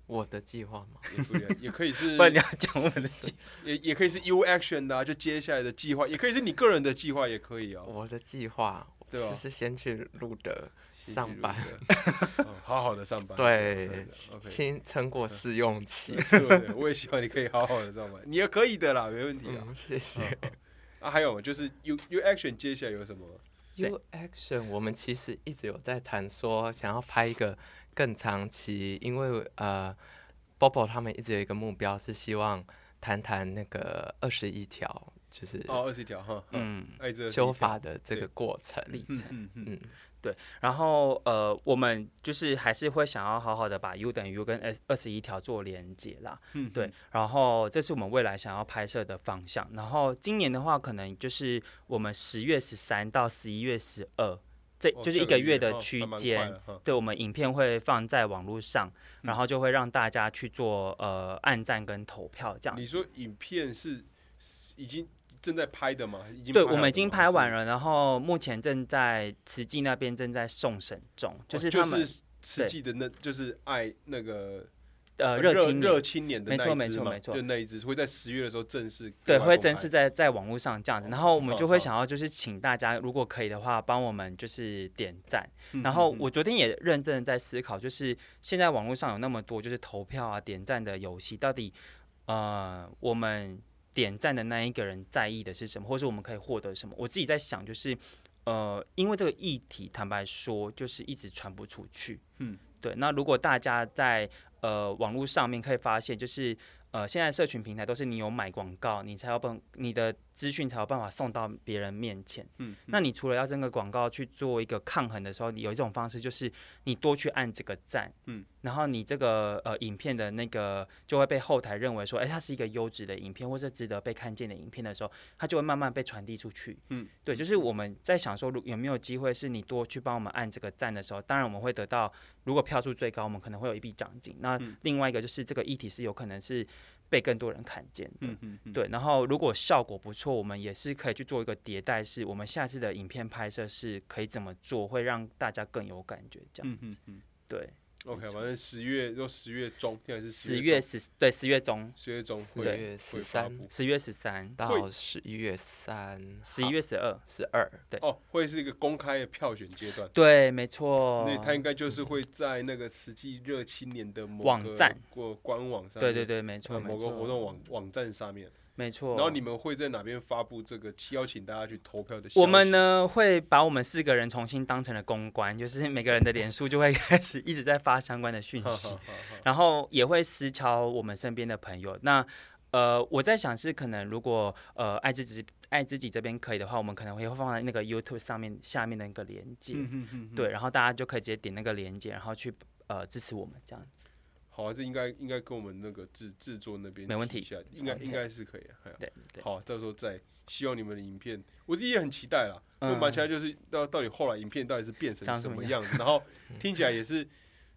Speaker 3: 我的计划吗？
Speaker 1: 也不一样也可以是
Speaker 2: 不然你要讲我们的计
Speaker 1: 也也可以是 U action 的、啊，就接下来的计划，也可以是你个人的计划，也可以啊。
Speaker 2: 哦
Speaker 3: 我的计划
Speaker 1: 对啊
Speaker 3: 就是先去路德上班，
Speaker 1: 嗯，好好的上班。
Speaker 3: 对，
Speaker 1: ，OK，嗯
Speaker 3: 先撑过试用期。
Speaker 1: 对， 我也希望你可以好好的上班，你也可以的啦，没问题啊。
Speaker 3: 嗯，谢谢。
Speaker 1: 啊，还有吗就是 U U action 接下来有什么？
Speaker 2: 对
Speaker 3: U Action，我们其实一直有在谈说想要拍一个更长期，因为呃，Bobo 他们一直有一个目标是希望谈谈那个二十一条，就是
Speaker 1: 哦，二十一条哈，嗯，
Speaker 2: 呃嗯。
Speaker 1: 艾滋21条
Speaker 3: 修法，的这个过程。
Speaker 2: 历
Speaker 1: 嗯
Speaker 2: 程，
Speaker 1: 嗯嗯，
Speaker 3: 嗯，
Speaker 2: 然后呃，我们就是还是会想要好好的把 U 等于 U 跟 S 二十一条做连接啦，
Speaker 1: 嗯
Speaker 2: 对，然后这是我们未来想要拍摄的方向。然后今年的话，可能就是我们十月十三到十一月十二，这
Speaker 1: 哦
Speaker 2: 就是
Speaker 1: 下
Speaker 2: 一
Speaker 1: 个
Speaker 2: 个月的
Speaker 1: 哦
Speaker 2: 区
Speaker 1: 还蛮快
Speaker 2: 间，
Speaker 1: 的哈
Speaker 2: 对，我们影片会放在网络上，然后就会让大家去做呃按赞跟投票这样
Speaker 1: 你。说影片是已经正在拍的吗？哦已经
Speaker 2: 对，
Speaker 1: 拍
Speaker 2: 我
Speaker 1: 好
Speaker 2: 们已
Speaker 1: 的
Speaker 2: 经
Speaker 1: 吗
Speaker 2: 拍完。
Speaker 1: 还是
Speaker 2: 了，然后目前正在慈济那边正在送审中，就
Speaker 1: 哦
Speaker 2: 是他们、
Speaker 1: 就是实际的那，就是爱那个
Speaker 2: 呃热
Speaker 1: 热
Speaker 2: 情
Speaker 1: 热青年的
Speaker 2: 没
Speaker 1: 那
Speaker 2: 错
Speaker 1: 一
Speaker 2: 没
Speaker 1: 支
Speaker 2: 错
Speaker 1: 嘛
Speaker 2: 没错
Speaker 1: 就那一支会在十月的时候正式
Speaker 2: 对，
Speaker 1: 对外
Speaker 2: 会
Speaker 1: 公
Speaker 2: 正
Speaker 1: 开
Speaker 2: 式在在网络上这样子，然后我们就
Speaker 1: 好
Speaker 2: 会
Speaker 1: 哦好
Speaker 2: 想要就是请大家，如果可以的话，帮我们就是点赞。
Speaker 1: 嗯
Speaker 2: 然后
Speaker 1: 嗯嗯
Speaker 2: 我昨天也认真的在思考，就是现在网络上有那么多就是投票啊、点赞的游戏，到底呃我们点赞的那一个人在意的是什么，或是我们可以获得什么？我自己在想，就是呃，因为这个议题，坦白说，就是一直传不出去。
Speaker 1: 嗯，
Speaker 2: 对。那如果大家在呃网络上面可以发现，就是呃现在社群平台都是你有买广告，你才有办你的资讯才有办法送到别人面前。
Speaker 1: 嗯，
Speaker 2: 那你除了要这个广告去做一个抗衡的时候，你有一种方式就是你多去按这个赞，
Speaker 1: 嗯，
Speaker 2: 然后你这个呃影片的那个就会被后台认为说，哎、它是一个优质的影片，或是值得被看见的影片的时候，它就会慢慢被传递出去，
Speaker 1: 嗯，
Speaker 2: 对，就是我们在想说，如有没有机会是你多去帮我们按这个赞的时候，当然我们会得到，如果票数最高，我们可能会有一笔奖金。那
Speaker 1: 嗯
Speaker 2: 另外一个就是这个议题是有可能是被更多人看见的，
Speaker 1: 嗯嗯嗯，
Speaker 2: 对，然啊后如果效果不错，我们也是可以去做一个迭代，是我们下次的影片拍摄是可以怎么做，会让大家更有感觉这样
Speaker 1: 嗯
Speaker 2: 子。
Speaker 1: 嗯嗯
Speaker 2: 对，
Speaker 1: ，OK，反正十月都十月中，现在是
Speaker 2: 十
Speaker 1: 月
Speaker 2: 月十对十月中，
Speaker 1: 十月中
Speaker 3: 四
Speaker 1: 会
Speaker 3: 月
Speaker 1: 会
Speaker 3: 十
Speaker 1: 发
Speaker 3: 三
Speaker 1: 布
Speaker 2: 十月十三、
Speaker 1: 会
Speaker 3: 到十一月三，
Speaker 2: 十一月十二，
Speaker 3: 十二，
Speaker 1: 哦，会是一个公开的票选阶段，
Speaker 2: 对，没错
Speaker 1: 那。他应该就是会在那个实际热青年的某
Speaker 2: 嗯网
Speaker 1: 个
Speaker 2: 站
Speaker 1: 或官网上
Speaker 2: 对
Speaker 1: 面，
Speaker 2: 对对，没错，
Speaker 1: 呃，某
Speaker 2: 没
Speaker 1: 个活
Speaker 2: 错，
Speaker 1: 动网网站上面，
Speaker 2: 没错。
Speaker 1: 然后你们会在哪边发布这个邀请大家去投票的？
Speaker 2: 我们？呢会把我们四个人重新当成了公关， 就是每个人的脸书就会开始一直在发相关的讯
Speaker 1: 哈
Speaker 2: 息
Speaker 1: 哈。哈哈
Speaker 2: 然后也会私敲我们身边的朋友。那呃，我在想是可能如果呃爱自己爱自己这边可以的话，我们可能会放在那个 YouTube 上面下面的那个连接，
Speaker 1: 嗯哼哼哼
Speaker 2: 对，然后大家就可以直接点那个连接，然后去呃支持我们这样子。
Speaker 1: 好啊，这应该应该跟我们那个制制作那边
Speaker 2: 没问
Speaker 1: 提一
Speaker 2: 题
Speaker 1: 下应该
Speaker 2: OK
Speaker 1: 应该是可以啊。哎呀
Speaker 2: 对对，
Speaker 1: 好，到时候再希望你们的影片，我自己也很期待啦。
Speaker 2: 嗯
Speaker 1: 我蛮期待就是到到底后来影片到底是变
Speaker 2: 长
Speaker 1: 成
Speaker 2: 什
Speaker 1: 什
Speaker 2: 么嗯
Speaker 1: 么样子，然后听起来也是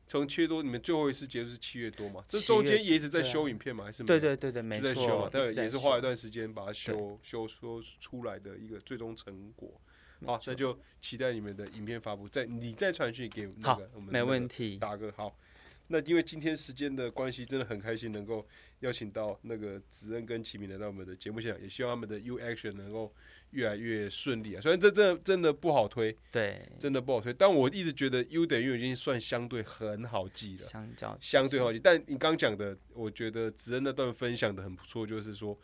Speaker 1: 从七月多，你们最后一次结束是七月多嘛？这中间也一直在
Speaker 2: 对啊
Speaker 1: 修影片吗？还是没
Speaker 2: 对
Speaker 1: 有
Speaker 2: 对对对，没
Speaker 1: 就在修
Speaker 2: 错
Speaker 1: 嘛，，但
Speaker 2: 一直在
Speaker 1: 也是花了一
Speaker 2: 修
Speaker 1: 段时间把它修修修出来的一个最终成果。好，那就期待你们的影片发布，再你再传讯给那
Speaker 2: 好
Speaker 1: 个我们
Speaker 2: 没
Speaker 1: 那个
Speaker 2: 问题。
Speaker 1: 大哥好。那因为今天时间的关系，真的很开心能够邀请到那个子恩跟齐明来到我们的节目现场，也希望他们的 U Action 能够越来越顺利啊。虽然这真的真的不好推，
Speaker 2: 对，
Speaker 1: 真的不好推，但我一直觉得 U 等于 U 已经算相对很好记了。
Speaker 2: 相较
Speaker 1: 相对好奇。但你刚讲的，我觉得子恩那段分享的很不错，就是说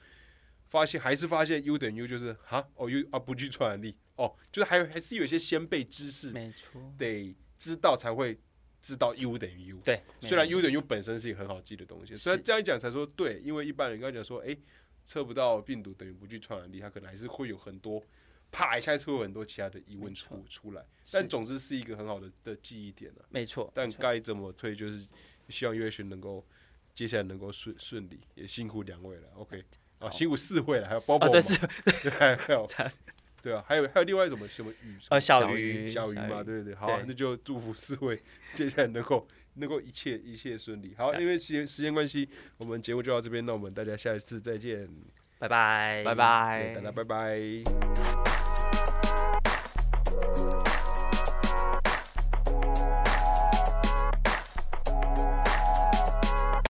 Speaker 1: 发现还是发现 U 等于 U 就是哈哦 U 啊不具传染力哦，就是还有还是有一些先辈知识
Speaker 2: 没错，
Speaker 1: 得知道才会知道 U 等于 U。
Speaker 2: 对，没
Speaker 1: 虽然
Speaker 2: 错
Speaker 1: U 等于 U 本身是一个很好记的东西，
Speaker 2: 是
Speaker 1: 虽然这样讲才说对，因为一般人刚刚讲说，诶，测不到病毒等于不具传染力，它可能还是会有很多。啪一下，会有很多其他的疑问出出来，但总之是一个很好的的记忆点啊。
Speaker 2: 没错，
Speaker 1: 但
Speaker 2: 没错
Speaker 1: 该怎么推，就是希望月巡能够接下来能够顺顺利，也辛苦两位了。OK，啊，
Speaker 2: 好
Speaker 1: 辛苦四位了，还有包
Speaker 2: 哦
Speaker 1: 包、
Speaker 2: 对是
Speaker 1: 对， 还有对啊，还有还有另外一种什么鱼，
Speaker 2: 呃小
Speaker 3: 小
Speaker 2: 鱼
Speaker 3: 鱼
Speaker 1: 小鱼嘛，对对对，好啊、
Speaker 2: 对
Speaker 1: 那就祝福四位 接下来能够能够一切一切顺利。好，
Speaker 2: 对
Speaker 1: 因为时间时间关系，我们节目就到这边，那我们大家下一次再见，
Speaker 2: 拜拜
Speaker 3: 拜拜
Speaker 1: 大家拜拜。见。